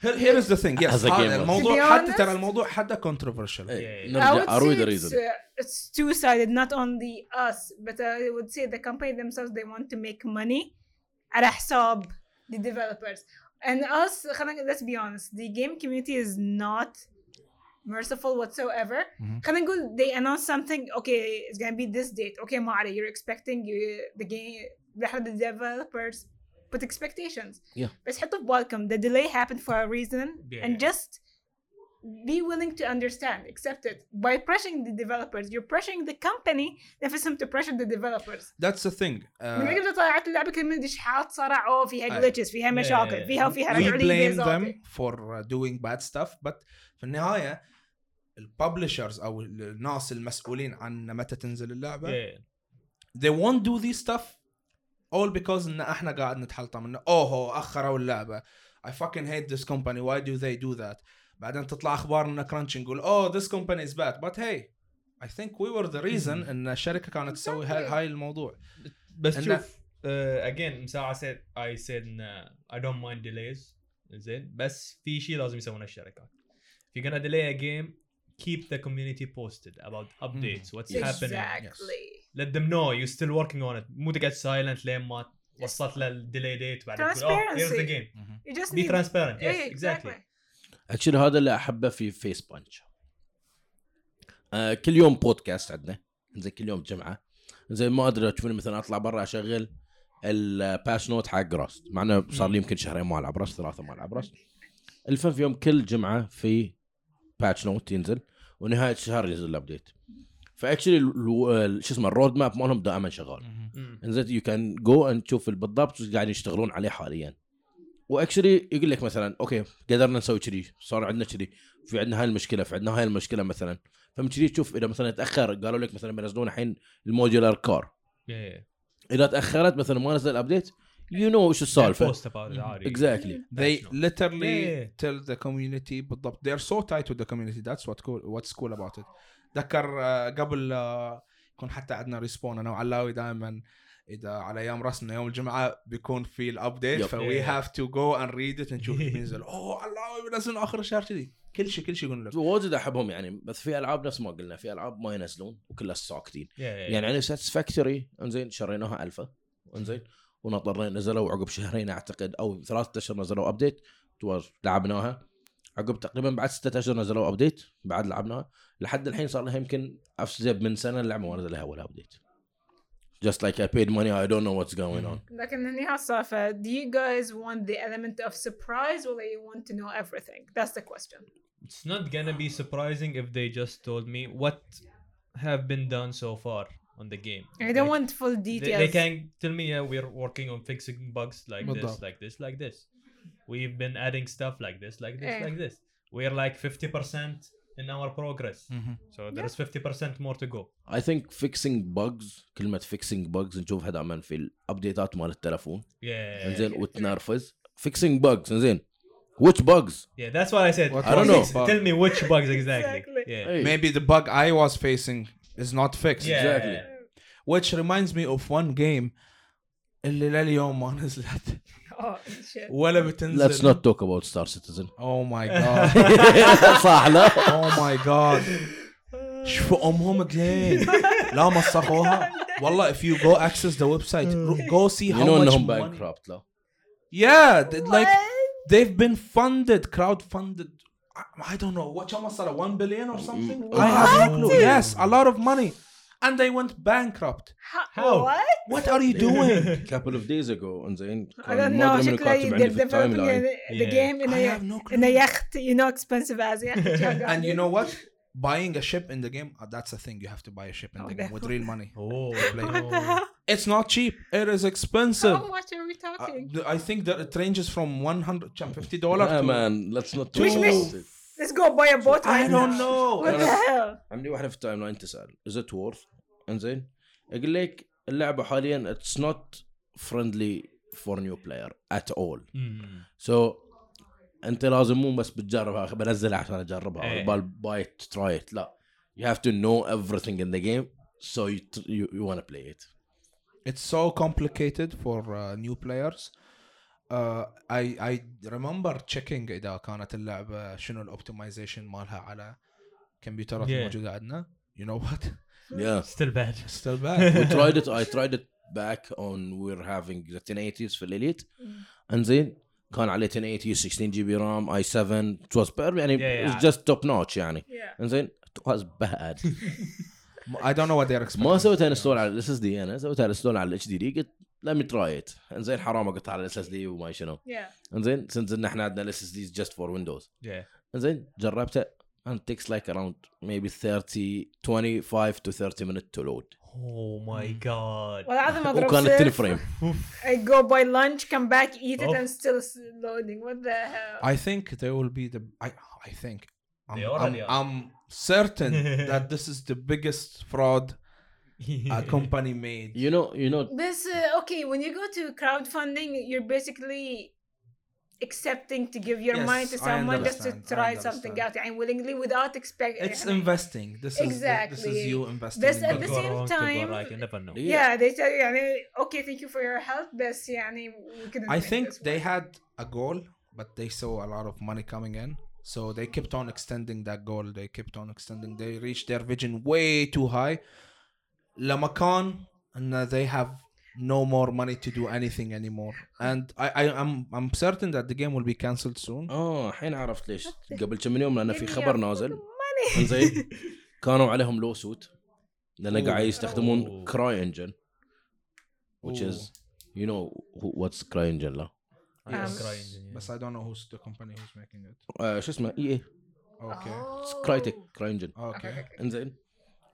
S1: هير از ذا ثينج يس
S3: As a gamer. إيه.
S4: To
S1: الموضوع
S4: be
S1: حتى ترى
S4: honest-
S1: الموضوع حتى كونتروفيرشل
S2: Yeah.
S4: I
S3: نرجع
S4: would
S3: ار وي
S4: say
S3: ذا
S4: it's,
S3: ريزن
S4: uh, it's two-sided, not only us, but I would say the company themselves they want to make money على حساب the developers. And us, خلينا let's be honest, the game community is not merciful whatsoever.
S1: Mhm.
S4: خلينا نقول they announce something, okay, it's gonna be this date. Okay, ما علي, you're expecting uh, the game, the developers put expectations.
S3: Yeah.
S4: بس حطوا في بالكم the delay happened for a reason
S2: Yeah,
S4: and
S2: yeah.
S4: just be willing to understand, accept it. By pressuring the developers, you're pressuring the company نفسهم to pressure the developers.
S1: ذاتس ذا ثينج
S4: من عقب ما طلعت اللعبه كل من شحات صارع اوه فيها
S1: أي.
S4: glitches فيها
S2: Yeah,
S4: مشاكل
S2: yeah, yeah.
S4: فيها وفيها
S1: we
S4: رجعوليه
S1: blame them for uh, doing bad stuff but في النهاية الببلشرز او الناس المسؤولين عن متى تنزل اللعبة
S3: إيه.
S2: Yeah.
S1: they won't do this stuff all because ان احنا قاعد نتحلطم انه اوه اخروا اللعبة I fucking hate this company why do they do that بعدين تطلع اخبار ان كرانش نقول oh this company is bad but hey I think we were the
S3: Mm.
S1: reason ان الشركة كانت تسوي هاي هاي الموضوع
S2: بس
S1: إنه-
S2: شوف uh, again مساعة said I said uh, I don't mind delays زين بس في شيء لازم يسوونه الشركات if you're gonna delay a game keep the community posted about updates, what's
S1: Yes.
S2: happening.
S4: Exactly.
S2: Let them know you're still working on it. مو تقعد silent لين ما وصلت للديلي ديت بعدين تقول oh here's the
S4: Transparency.
S2: game.
S4: You just
S2: Be
S4: need
S2: transparent.
S4: إيه،
S2: Yes, exactly.
S3: اكشلي هذا اللي احبه في فيس بانش آه كل يوم بودكاست عندنا زي كل يوم جمعه زي ما ادري لو تشوفني مثلا اطلع برا اشغل الباس نوت حق راست مع انه صار لي يمكن شهرين ما العب راست ثلاثه ما العب راست الفن في يوم كل جمعه في باتش نوت ينزل ونهايه الشهر ينزل الابديت فاكشلي شو اسمه الرود ماب مالهم دائما شغال
S2: مم.
S3: انزين يو كان جو اند تشوف بالضبط وش قاعدين يشتغلون عليه حاليا واكشلي يقول لك مثلا اوكي قدرنا نسوي كذي صار عندنا كذي في عندنا هاي المشكله في عندنا هاي المشكله مثلا فمن كذي تشوف اذا مثلا تاخر قالوا لك مثلا بينزلون الحين الموديولار كار
S2: Yeah, yeah.
S3: اذا تاخرت مثلا ما نزل الابديت يو نو وش السالفه
S2: Post about it Hmm. عادي.
S3: اكزاكتلي
S1: They
S2: That's
S1: literally
S2: Yeah, yeah.
S1: tell the community بالضبط they're so tight with the community that's what cool what's cool about it ذكر آه، قبل آه، يكون حتى عندنا ريسبون انا وعلاوي دائما اذا على ايام رسمنا يوم الجمعه بيكون في الابديت
S3: Yup.
S1: فوي
S2: Yeah.
S1: هاف تو جو اند ريد ات نشوف إيش بينزل اوه علاوي بينزل اخر الشهر كذي كل شيء كل شيء يقول لك
S3: واجد احبهم يعني بس في العاب نفس ما قلنا في العاب ما ينزلون وكلها ساكتين
S2: Yeah, yeah,
S3: يعني انا ساتسفاكتوري انزين شريناها الفا انزين ونطرنا نزلوا عقب شهرين اعتقد او ثلاثة اشهر نزلوا ابديت لعبناها عقب تقريبا بعد ستة اشهر نزلوا ابديت بعد لعبناها لحد الحين صار لها يمكن افزب من سنه اللعبه ما نزل لها ولا ابديت just like I paid money I don't know what's going on
S4: لكن هني هالسالفة do you guys want the element of surprise or you want to know everything that's the question
S2: It's not gonna be surprising if they just told me what have been done so far on the game.
S4: I don't
S2: Like,
S4: want full
S2: they,
S4: details
S2: they can tell me yeah we're working on fixing bugs like this
S1: بالضبط.
S2: like this like this we've been adding stuff like this like this
S4: إيه.
S2: like this we're like 50% in our progress
S3: Mm-hmm.
S2: so there's 50% more to go
S3: I think fixing bugs كلمة fixing bugs نشوفها دائما في الابديتات مال التلفون
S2: yeah
S3: انزين وتنرفز fixing bugs انزين which bugs
S2: yeah that's what i said
S1: What
S3: I don't know.
S2: Fix- tell me which bugs exactly,
S4: Exactly.
S2: yeah
S3: Hey.
S1: إيه. maybe the bug I was facing is not fixed
S2: yeah
S3: Exactly.
S1: which reminds me of one game اللي لليوم ما نزلت
S4: oh shit
S1: ولا بتنزل
S3: let's not talk about Star Citizen
S1: Oh my god.
S3: صح لا
S1: Oh my god. شوفوا امهم جلين لا مسخوها والله if you go access the website
S4: Mm.
S1: ro- go see how
S3: يو نو
S1: much
S3: انهم
S1: money
S3: بانكرابت لا
S1: yeah th- like
S4: What?
S1: they've been funded crowd funded I- I don't know what almost like 1 billion or something I have no clue yes a lot of money and they went bankrupt
S2: How?
S4: what
S1: what are you doing
S3: couple of days ago انزين
S4: I
S3: كان
S4: don't
S3: ما
S4: know
S3: ادري منو كاتب
S4: شكله they're
S3: عندي في التايم
S4: developing
S3: لاين
S4: a- the
S2: Yeah.
S4: game in
S1: I
S4: a
S1: have no
S4: in a
S1: clue
S4: yacht you know expensive as yacht
S1: and you know what buying a ship in the game uh, that's a thing you have to buy a ship in
S4: Oh,
S1: the game with real money
S2: oh
S4: what the
S2: no.
S4: hell
S1: it's not cheap it is expensive
S4: how much are we talking
S1: I, I think that it ranges from 100 كم 50
S3: لا
S1: دولار to-
S3: مان ليتس نوت
S1: Which
S4: means- let's go buy a boat
S1: I
S4: right
S1: don't
S4: now.
S1: know
S4: what the hell
S3: عندي واحده في التايم لاين تسال از ات وورث انزين اقول لك اللعبه حاليا اتس نوت فريندلي فور نيو بلاير ات اول
S2: Mm.
S3: سو انت لازم مو بس بتجربها بنزلها عشان اجربها
S2: إيه.
S3: او بال باي تراي ات لا you have to know everything in the game so you you, you want to play it
S1: it's so complicated for uh, new players uh, I I remember checking إذا كانت اللعبة شنو الاوبتمايزيشن مالها على كمبيوترات
S2: Yeah.
S1: الموجودة عندنا you know what
S3: yeah
S2: still bad
S1: still bad
S3: I tried it I tried it back on we're having the 1080s في الاليت انزين كان عليه 1080 16 جي بي رام اي 7 it was better يعني
S2: Yeah, yeah.
S3: it's just top notch يعني
S4: yeah
S3: انزين it was bad
S1: I don't know what they're expecting
S3: ما سويتها انستول على الاس اس دي انا سويتها انستول على الاتش دي دي قلت لم تراي ات انزين حرام اقطع على الاس اس دي وما شنو
S4: yeah
S3: انزين since ان احنا عندنا الاس اس دي جاست فور ويندوز
S2: yeah
S3: انزين جربته and it takes like around maybe 30 25 to 30 minutes to load
S2: oh my
S3: Mm.
S2: god
S4: والعظم اضرب
S3: وكان
S4: صفر.
S3: 10 فريم
S4: I go buy lunch, come back, eat it,
S2: Oh.
S4: and still s- loading. What the hell?
S1: I think they will be the I I think I'm,
S2: They already
S1: I'm,
S2: are.
S1: I'm certain that this is the biggest fraud a company made
S3: you know you know
S4: This uh, okay? When you go to crowdfunding, you're basically accepting to give your
S1: Yes,
S4: money to
S1: I
S4: someone just to
S1: understand, I
S4: try something out,
S1: understand.
S4: and willingly without expecting.
S1: It's investing. This is this is
S4: Exactly.
S1: you investing.
S4: This-
S1: in
S4: at
S2: Could
S4: the
S1: the game.
S2: go
S4: same
S2: wrong, could go
S4: time-
S2: right, you never know.
S3: Yeah.
S4: yeah. they tell you, يعني, okay, thank you for your help, بس يعني we couldn't
S1: I
S4: make
S1: think
S4: this
S1: they
S4: work.
S1: had a goal, but they saw a lot of money coming in, So they kept on extending that goal. They kept on extending. They reached their vision way too high. لمكان and uh, they have no more money to do anything anymore. And I, I I'm I'm certain that the game will be cancelled soon.
S3: اه الحين عرفت ليش قبل كم من يوم لان في
S4: Give me
S3: خبر
S4: your
S3: نازل
S4: fucking
S3: زين كانوا عليهم لو سوت لان
S1: أوه.
S3: قاعد يستخدمون
S2: أوه.
S3: كراي انجن which
S1: Ooh.
S3: is you know who- what's كراي انجن لا
S4: Yes.
S1: But I don't know who's the company who's making it.
S3: آه، شو اسمه اي اي
S1: Okay.
S4: Oh.
S3: كرايتك كراي انجن
S1: Okay.
S3: انزين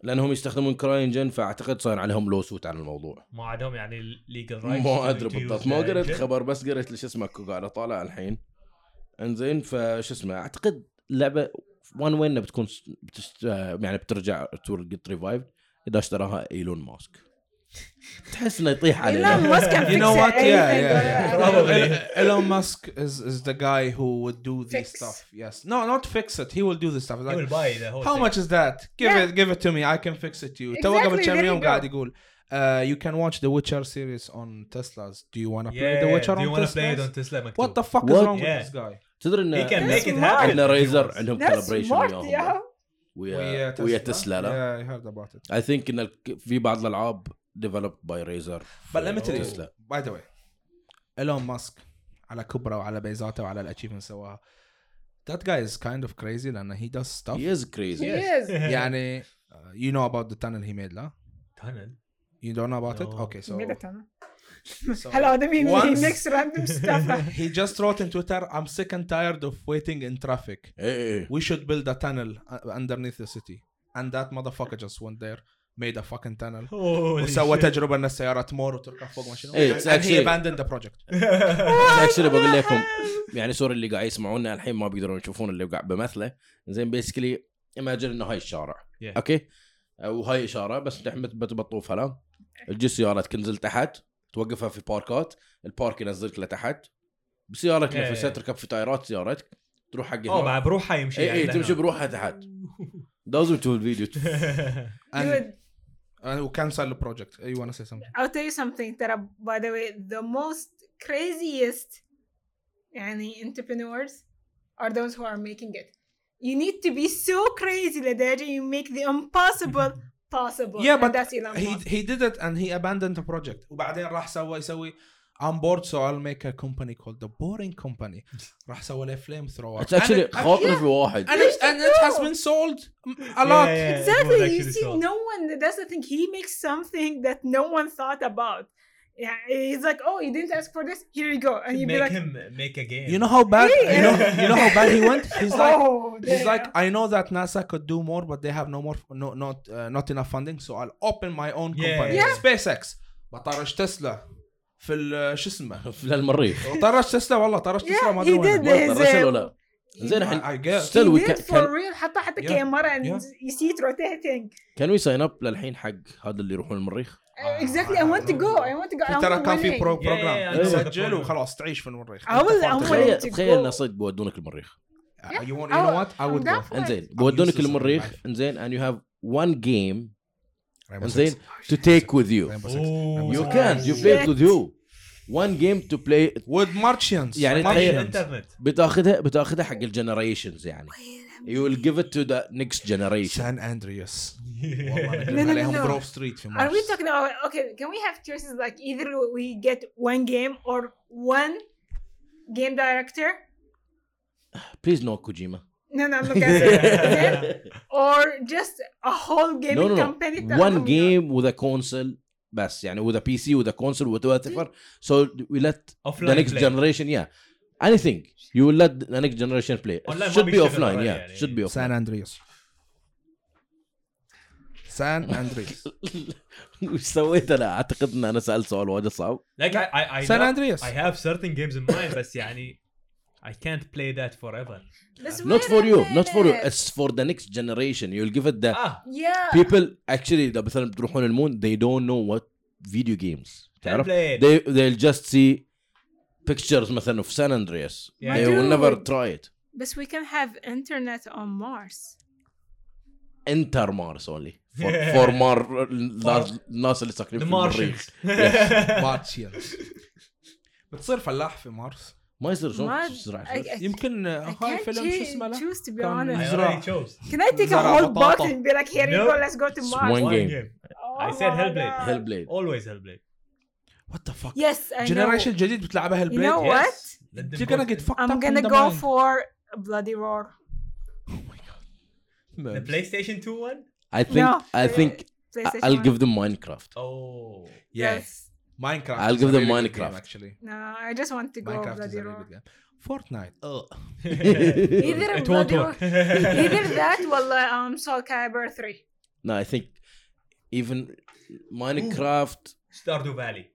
S3: لانهم يستخدمون كراي انجن فاعتقد صار عليهم لو سوت على الموضوع
S2: ما عندهم يعني ليجل رايت
S3: ما ادري بالضبط ما قريت خبر بس قريت ليش اسمك وقاعد اطالع الحين انزين فش اسمه اعتقد لعبه وان وين بتكون س- بتست... آه، يعني بترجع تورقت ريفايف اذا اشتراها ايلون ماسك تحس انه يطيح
S4: Elon
S3: عليه
S4: Musk can
S1: You know
S4: fix
S1: what? Yeah,
S4: anything.
S1: yeah, yeah.
S2: Probably.
S1: Elon Musk is, is the guy who would do this
S4: Fix.
S1: stuff. Yes. No, not fix it. He will do this stuff. Like,
S2: will buy the whole
S1: How
S2: thing.
S1: much is that? Give
S4: Yeah.
S1: it give it to me. I can fix it to you. تو
S4: Exactly,
S1: قبل كم
S4: there you
S1: يوم
S4: go.
S1: قاعد يقول uh, you can watch the Witcher series on Teslas. Do you want to play the
S2: Yeah,
S1: Witcher
S2: do you
S1: on
S2: want to play it on
S1: Teslas?
S2: Tesla مكتوب
S1: What the fuck is
S3: What?
S1: wrong
S2: Yeah.
S1: with this guy?
S3: تدري
S2: He can
S3: انه
S4: That's
S2: make it
S4: smart.
S2: happen
S3: عندنا
S2: if he
S3: ريزر
S2: wants.
S3: عندهم
S4: That's
S3: كالبريشن
S4: smart, yeah.
S3: وياهم ويا ويا تسلا لا
S1: uh, Yeah, I heard about it.
S3: اي ثينك ان الك- في بعض الالعاب ديفلوبد باي ريزر
S1: But let me tell you,
S3: تسلا
S1: by the way, Elon Musk على كبره وعلى بيزاته وعلى الاتشيفمنت سواها. That guy is kind of crazy لأنه he does stuff.
S3: هي از كريزي
S4: He is.
S1: يعني uh, you know about the tunnel he made لا
S2: Tunnel.
S1: you don't know about it
S2: No.
S1: okay so, so
S4: Hello, the
S1: once-
S4: next random stuff.
S1: he just wrote in twitter i'm sick and tired of waiting in traffic
S3: اي اي
S1: we should build a tunnel uh, underneath the city and that motherfucker just went there made a fucking tunnel وسوى تجربه ان السياره تمر وتركب فوق ما شنو
S3: إيه,
S1: and
S3: it's
S1: he
S3: actually-
S1: abandoned the project
S3: اكشلي بقول لكم يعني سوري اللي قاعد يسمعونا الحين ما بيقدرون يشوفون اللي قاعد بمثله زين بيسكلي ايماجن انه هاي الشارع
S2: Yeah.
S3: اوكي وهاي اشاره بس نحن بتطوفها لا تجي سيارات تنزل تحت توقفها في باركات البارك ينزلك لتحت بسيارتك
S2: Yeah, yeah.
S3: نفسها تركب في تايرات سيارتك تروح حق
S2: اوه
S3: هناك.
S2: بعد بروحها Oh, يمشي
S1: إيه،
S2: يعني
S3: اي اي
S2: عندنا.
S3: تمشي بروحها تحت لازم تشوف الفيديو
S1: and, and وكنسل البروجكت Uh, you want to say something
S4: I'll tell you something that, are, by the way, the most craziest يعني, entrepreneurs are those who are making it. You need to be so crazy that you make the impossible possible.
S1: Yeah,
S4: And
S1: but
S4: that's Elon
S1: he
S4: Musk.
S1: he did it and he abandoned the project وبعدين راح سوى يسوي I'm bored so I'll make a company called the boring company راح سوى له flame thrower
S3: It's actually
S1: and, it-
S3: خاطر في واحد
S1: and, it, and it has been sold a
S2: Yeah,
S1: lot
S2: yeah, yeah.
S4: exactly.
S2: It was
S4: You
S2: actually
S4: see,
S2: solved.
S4: no one. That's the thing. He makes something that no one thought about. Yeah, he's like, oh, you didn't ask for this. Here you go, and you'd be
S2: Make
S4: like,
S2: him make a game.
S1: you know how bad you know
S2: Yeah.
S1: you know how bad he went he's like
S4: oh,
S1: He's like,
S4: damn.
S1: I know that NASA could do more, but they have no more, no, not, uh, not enough funding. So I'll open my own
S2: Yeah.
S1: company.
S2: Yeah.
S1: SpaceX. بطرش تسلا في ال- uh, شو اسمه؟
S3: في للمريخ
S1: طرش تسلا والله طرش تسلا ما
S4: Yeah,
S1: ادري
S4: he
S1: وين.
S4: did this.
S3: رسل ولا زين
S1: I
S3: الحين
S1: I guess.
S4: he
S3: still we
S4: did
S3: can-
S4: for
S3: can-
S4: real. حتى حتى
S1: Yeah.
S4: camera and
S1: Yeah.
S4: you see it rotating.
S3: كان وي ساين اب للحين حق هذا اللي يروحون المريخ
S4: Uh, exactly. I want to go. I want to go. I
S1: ترى
S4: want to
S1: كان في برو
S4: win.
S2: Yeah, yeah,
S1: بروجرام
S2: yeah, I
S4: أيوة.
S2: know the
S1: تسجل
S2: program.
S1: وخلاص تعيش في المريخ
S4: I will- I will-
S3: تخيل
S4: to go.
S3: تخيل ان صيد بودونك المريخ
S1: يو ونت
S4: I
S1: يو نو
S4: will-
S1: وات اي
S4: I'm
S1: وود
S4: down for
S3: انزين
S1: I'm
S3: بودونك
S1: useless in
S3: المريخ
S1: life.
S3: انزين and you have one game انزين to take with you
S2: Oh.
S3: you can you play it with you one game to play it.
S1: وذ مارشنز
S3: يعني تخيل.
S2: الانترنت
S3: بتاخذها بتاخذها حق الجنريشنز يعني you will give it to the next generation
S1: سان اندرياس
S4: No, no, no,
S1: عليهم
S4: no.
S1: جروف ستريت في
S4: Are we
S1: مارس
S4: talking about okay? Can we have choices like either we get one game or one game director?
S3: please no Kojima
S4: No, no, I'm not gonna say that. Then or just a whole
S3: no
S4: gaming
S3: no no
S4: company.
S3: one game with a console بس يعني with a PC with a console with whatever so we let
S2: Offline
S3: the next
S2: play.
S3: generation yeah anything you will let the next generation play It
S2: Online
S3: should
S2: ما
S3: be
S2: بيشتغل
S3: offline
S2: already
S3: yeah
S2: يعني.
S3: should be
S1: سان
S3: offline
S1: اندرياس سان اندرياس
S3: وش سويت انا اعتقد ان انا سالت سؤال وايد صعب
S2: Like I, I,
S1: San
S2: I, know-
S1: Andreas.
S2: I have certain games in mind, بس يعني I can't play that forever.
S4: Let's
S3: not
S4: wait
S3: for
S4: a
S3: you not for you
S4: minute.
S3: it's for the next generation you'll give it the
S2: Ah,
S4: Yeah.
S3: people actually اذا مثلا بتروحون المون they don't know what video games تعرف
S2: play it.
S3: they they'll just see pictures مثلا of San Andreas
S2: Yeah.
S3: they will
S4: Dude.
S3: never try it
S4: But we can have internet on Mars.
S3: enter Mars only for, for Mar الناس- الناس اللي ساكنين
S2: The
S3: في المريخ
S2: Martians.
S1: مارشنز بتصير فلاح في مارس
S3: ما يصير
S4: ما-
S3: شلون تزرع
S4: I- I-
S3: فلوس؟
S1: يمكن
S4: I
S1: هاي
S4: can't
S1: فيلم شو
S4: choo-
S1: اسمه له؟
S4: choose to be
S1: كان-
S2: I
S4: honest.
S2: already chose.
S4: Can I take a
S1: Zara
S4: whole
S2: Patata.
S4: bottle and be like, here you
S2: No.
S4: go, let's go to Mars?
S3: Swing.
S2: One
S3: game.
S2: game.
S4: Oh
S2: I said
S4: my
S2: Hellblade.
S4: God.
S3: هيل بليد
S2: Always Hellblade.
S1: وات ذا فاك
S4: Yes, I know.
S1: جنريشن جديد بتلعبها
S4: You
S1: هالبريد
S4: know what?
S2: Yes. Let them
S1: You're gonna
S2: go-
S1: get fucked
S4: I'm
S1: up
S4: gonna
S1: in the
S4: go
S1: mind.
S4: for Bloody Roar.
S2: The PlayStation 2 one?
S3: I think
S4: No.
S3: I think
S4: PlayStation
S3: I'll
S4: one.
S3: give them Minecraft.
S2: Oh.
S1: Yes.
S4: Yes.
S1: Minecraft.
S3: I'll
S1: is
S3: give
S1: a
S3: them
S1: really good game,
S3: Minecraft.
S1: actually.
S4: No, I just want to go
S1: Minecraft is
S4: Bloody
S1: a really
S4: Roar.
S1: good game. Fortnite.
S2: Oh.
S1: Ugh.
S4: Either
S2: It won't
S4: Bloody
S2: work.
S4: Roar. Either that ولا um, Soul Calibur 3.
S3: No, I think even Minecraft
S2: Stardew Valley.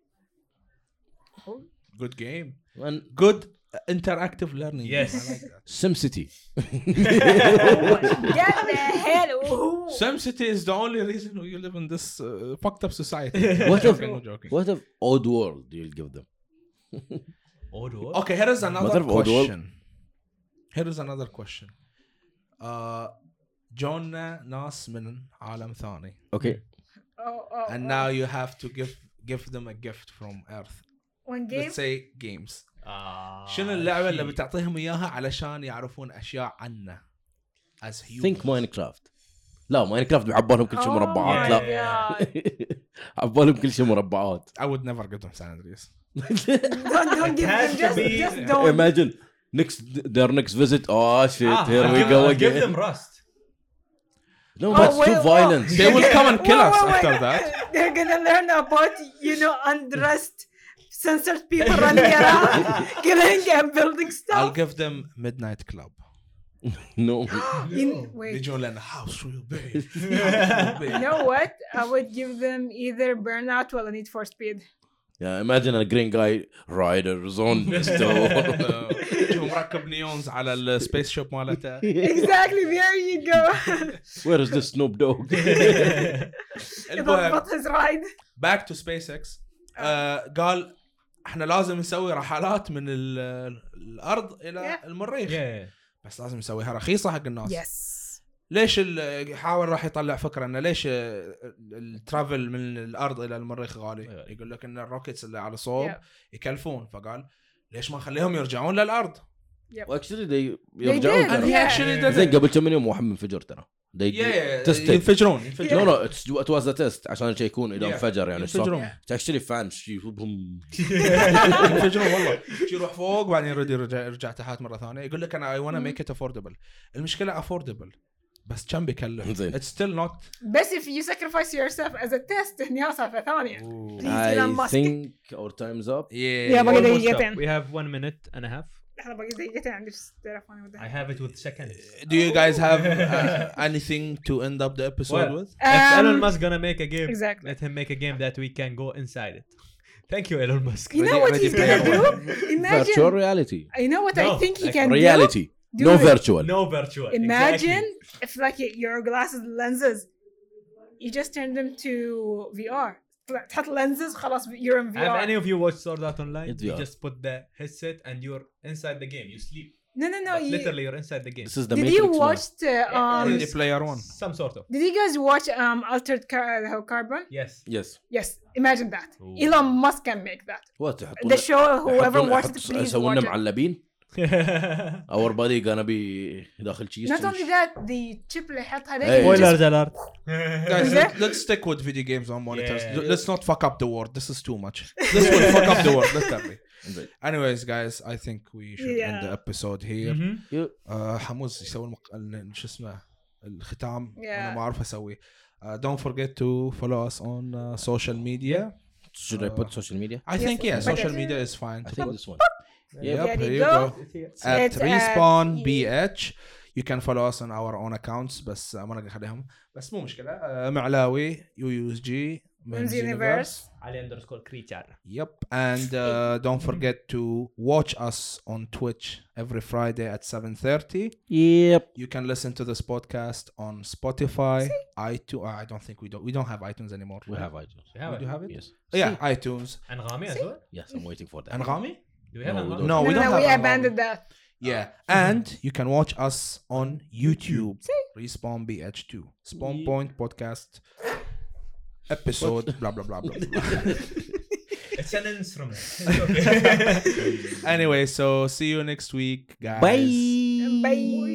S1: Good game.
S3: and
S1: Good uh, interactive learning.
S2: Yes.
S1: I like that.
S3: SimCity.
S4: Get Oh, the hell ooh.
S1: SimCity is the only reason you live in this uh, fucked up society.
S3: What
S1: I'm
S3: if-
S1: joking, I'm joking.
S3: What if Odd World you'll give them?
S2: Odor.
S1: Okay, here is another
S3: Mother of all
S1: question. Here is another question. Uh, جونا ناس من عالم ثاني
S3: Okay.
S4: Oh, oh,
S1: and
S4: oh.
S1: now you have to give give them a gift from earth
S4: One game.
S1: let's say games
S2: Ah,
S1: شنو اللعبه اللي
S2: shit.
S1: بتعطيهم اياها علشان يعرفون اشياء عنا as humans
S3: Think Minecraft. لا Minecraft بعبالهم كل شيء
S4: Oh
S3: مربعات
S4: my
S3: لا
S2: Yeah.
S4: God.
S3: عبالهم كل شيء مربعات
S1: I would never give them San Andreas
S4: don't, don't give
S2: has
S4: them.
S2: to
S4: Just,
S2: be-
S4: just don't.
S3: imagine next their next visit oh shit
S2: Ah,
S3: here
S2: I'll
S3: we
S2: give-
S3: go
S2: I'll Give them
S3: again
S2: rust.
S3: no
S4: Oh,
S3: that's too
S4: wait,
S3: violent
S1: they will come and kill
S4: Wait,
S1: us
S4: wait, wait.
S1: after that
S4: They're gonna learn about, you know, undressed, censored people running around, killing and building
S1: I'll
S4: stuff.
S1: give them Midnight Club
S3: no
S4: In, wait.
S1: يجون لنا house will be
S4: You know what? I would give them either Burnout or Need for Speed.
S3: yeah imagine a green guy riders on this door
S1: شوف مركب نيونز على السبيس شوب مالته
S4: Exactly, there you go.
S3: where is the Snoop Dogg
S1: المهم
S4: But his ride.
S1: باك تو سبيس اكس آه، قال احنا لازم نسوي رحلات من ال- الارض الى
S4: Yeah.
S1: المريخ
S2: Yeah.
S1: بس لازم نسويها رخيصه حق الناس
S4: Yes.
S1: ليش ال- حاول راح يطلع فكره انه ليش ال- ال- الترافل من الارض الى المريخ غالي
S2: غالي.
S1: يقول لك ان الروكيتس اللي على صوب
S4: Yeah.
S1: يكلفون فقال ليش ما نخليهم يرجعون للارض
S3: واكشلي they يرجعون
S4: did.
S3: ترى.
S4: Yeah.
S3: زين قبل كم يوم واحد منفجر ترى they Tested.
S1: ينفجرون
S3: no
S1: ينفجرون
S3: no it's it was a test عشان يشيكون اذا
S1: Yeah.
S3: انفجر يعني صار
S1: ينفجرون
S3: actually فان شي بوم.
S1: ينفجرون والله شي يروح فوق بعدين يرد يرجع يرجع تحت مره ثانيه يقول لك انا اي ونا ميك ات افوردبل المشكله افوردبل بس كم بيكلف؟
S3: زين.
S1: اتس ستيل نوت
S4: بس if you sacrifice yourself as a test هني سالفة ثانية. Elon
S3: I
S4: Musk.
S3: think our time's up
S1: يا
S4: باقي
S2: Almost up.
S4: دقيقتين.
S2: We have one minute and a half.
S4: لحظة باقي دقيقتين عندي في تليفوني
S2: I have it with seconds.
S4: Um,
S1: Do you guys have uh, anything to end up the episode
S2: Well,
S1: with?
S2: if Elon
S4: Um,
S2: Musk gonna make a game,
S4: Exactly.
S2: let him make a game that we can go inside it. Thank you, Elon Musk.
S4: You know
S1: Ready-
S4: what
S1: ready
S4: he's
S1: player
S4: gonna do?
S3: virtual
S4: Imagine.
S3: reality
S4: I know what I
S2: No,
S4: think he
S2: like
S4: can do.
S3: reality
S4: Do
S3: no
S4: it.
S3: virtual
S2: No virtual.
S4: Imagine
S2: Exactly.
S4: if like your glasses lenses, you just turn them to VR. طلع- تحط lenses خلاص you're in
S2: Have any
S4: VR.
S2: of you watched Sword Art Online?
S3: It's
S2: You
S3: VR.
S2: just put the headset and you're inside the game. You sleep.
S4: No no no.
S2: But
S4: You,
S2: Literally, you're inside the game.
S3: this is the
S4: did you
S3: Matrix, man.
S4: watch the, um?
S1: Ready player one.
S2: Some sort of.
S4: Did you guys watch um Altered Car- uh, Carbon?
S2: Yes.
S3: Yes.
S4: Yes. Imagine that.
S2: Ooh.
S4: Elon Musk can make that.
S3: وات يحطون
S4: The show. Whoever
S3: يحطون-
S4: watched it,
S3: يحط-
S4: please
S3: يسوون
S4: watch
S3: لنا
S4: it.
S3: معلبين اور بادي gonna be داخل شيء
S4: Not only that, the chip اللي يحطها
S3: Hey.
S4: they just
S2: alert.
S1: Guys,
S4: Is
S1: let, let's stick with video games on monitors.
S2: Yeah.
S1: Let's not fuck up the world. This is too much. This will fuck up the world, literally.
S3: إنزين.
S1: Anyways, guys, I think we should end the
S4: Yeah.
S1: episode here.
S2: Mhm.
S1: آه، حموز يسوي المق... ال- شو اسمه الختام
S4: Yeah.
S1: انا ما اعرف اسويه آه، don't forget to follow us on uh, social media
S3: should I put social media
S1: I think yeah
S4: Okay.
S1: social media is fine
S3: I
S1: to
S3: think
S1: put
S3: this one
S1: yep
S4: There
S1: here
S4: you
S1: you
S4: go.
S1: go at
S4: It's at-
S1: respawn bh you can follow us on our own accounts بس آه، ما نقدر نخليهم بس مو مشكله آه، معلاوي يو يو اس جي
S4: Men's Universe.
S2: علي underscore creature.
S1: Yep. And uh, don't forget to watch us on Twitch every Friday at 7.30.
S3: yep
S1: You can listen to this podcast on Spotify, iTunes. I don't think we don't we don't have iTunes anymore.
S3: we have iTunes
S2: Do you have
S1: We do
S2: it?
S1: have it?
S3: yes
S1: Yeah, iTunes.
S2: Anghami as well?
S3: yes I'm waiting for that
S1: Anghami?
S2: Do we have
S3: No, we
S2: Anghami?
S3: don't.
S1: No,
S4: No,
S1: we
S4: no,
S1: don't
S4: no,
S1: have
S4: we
S1: Anghami.
S4: abandoned that.
S1: Yeah. And you can watch us on YouTube. Respawn BH2. Spawn Point Podcast episode blah blah blah blah. blah.
S2: It's It's an instrument. It's okay.
S1: anyway, so see you next week, guys.
S3: Bye.
S4: Bye.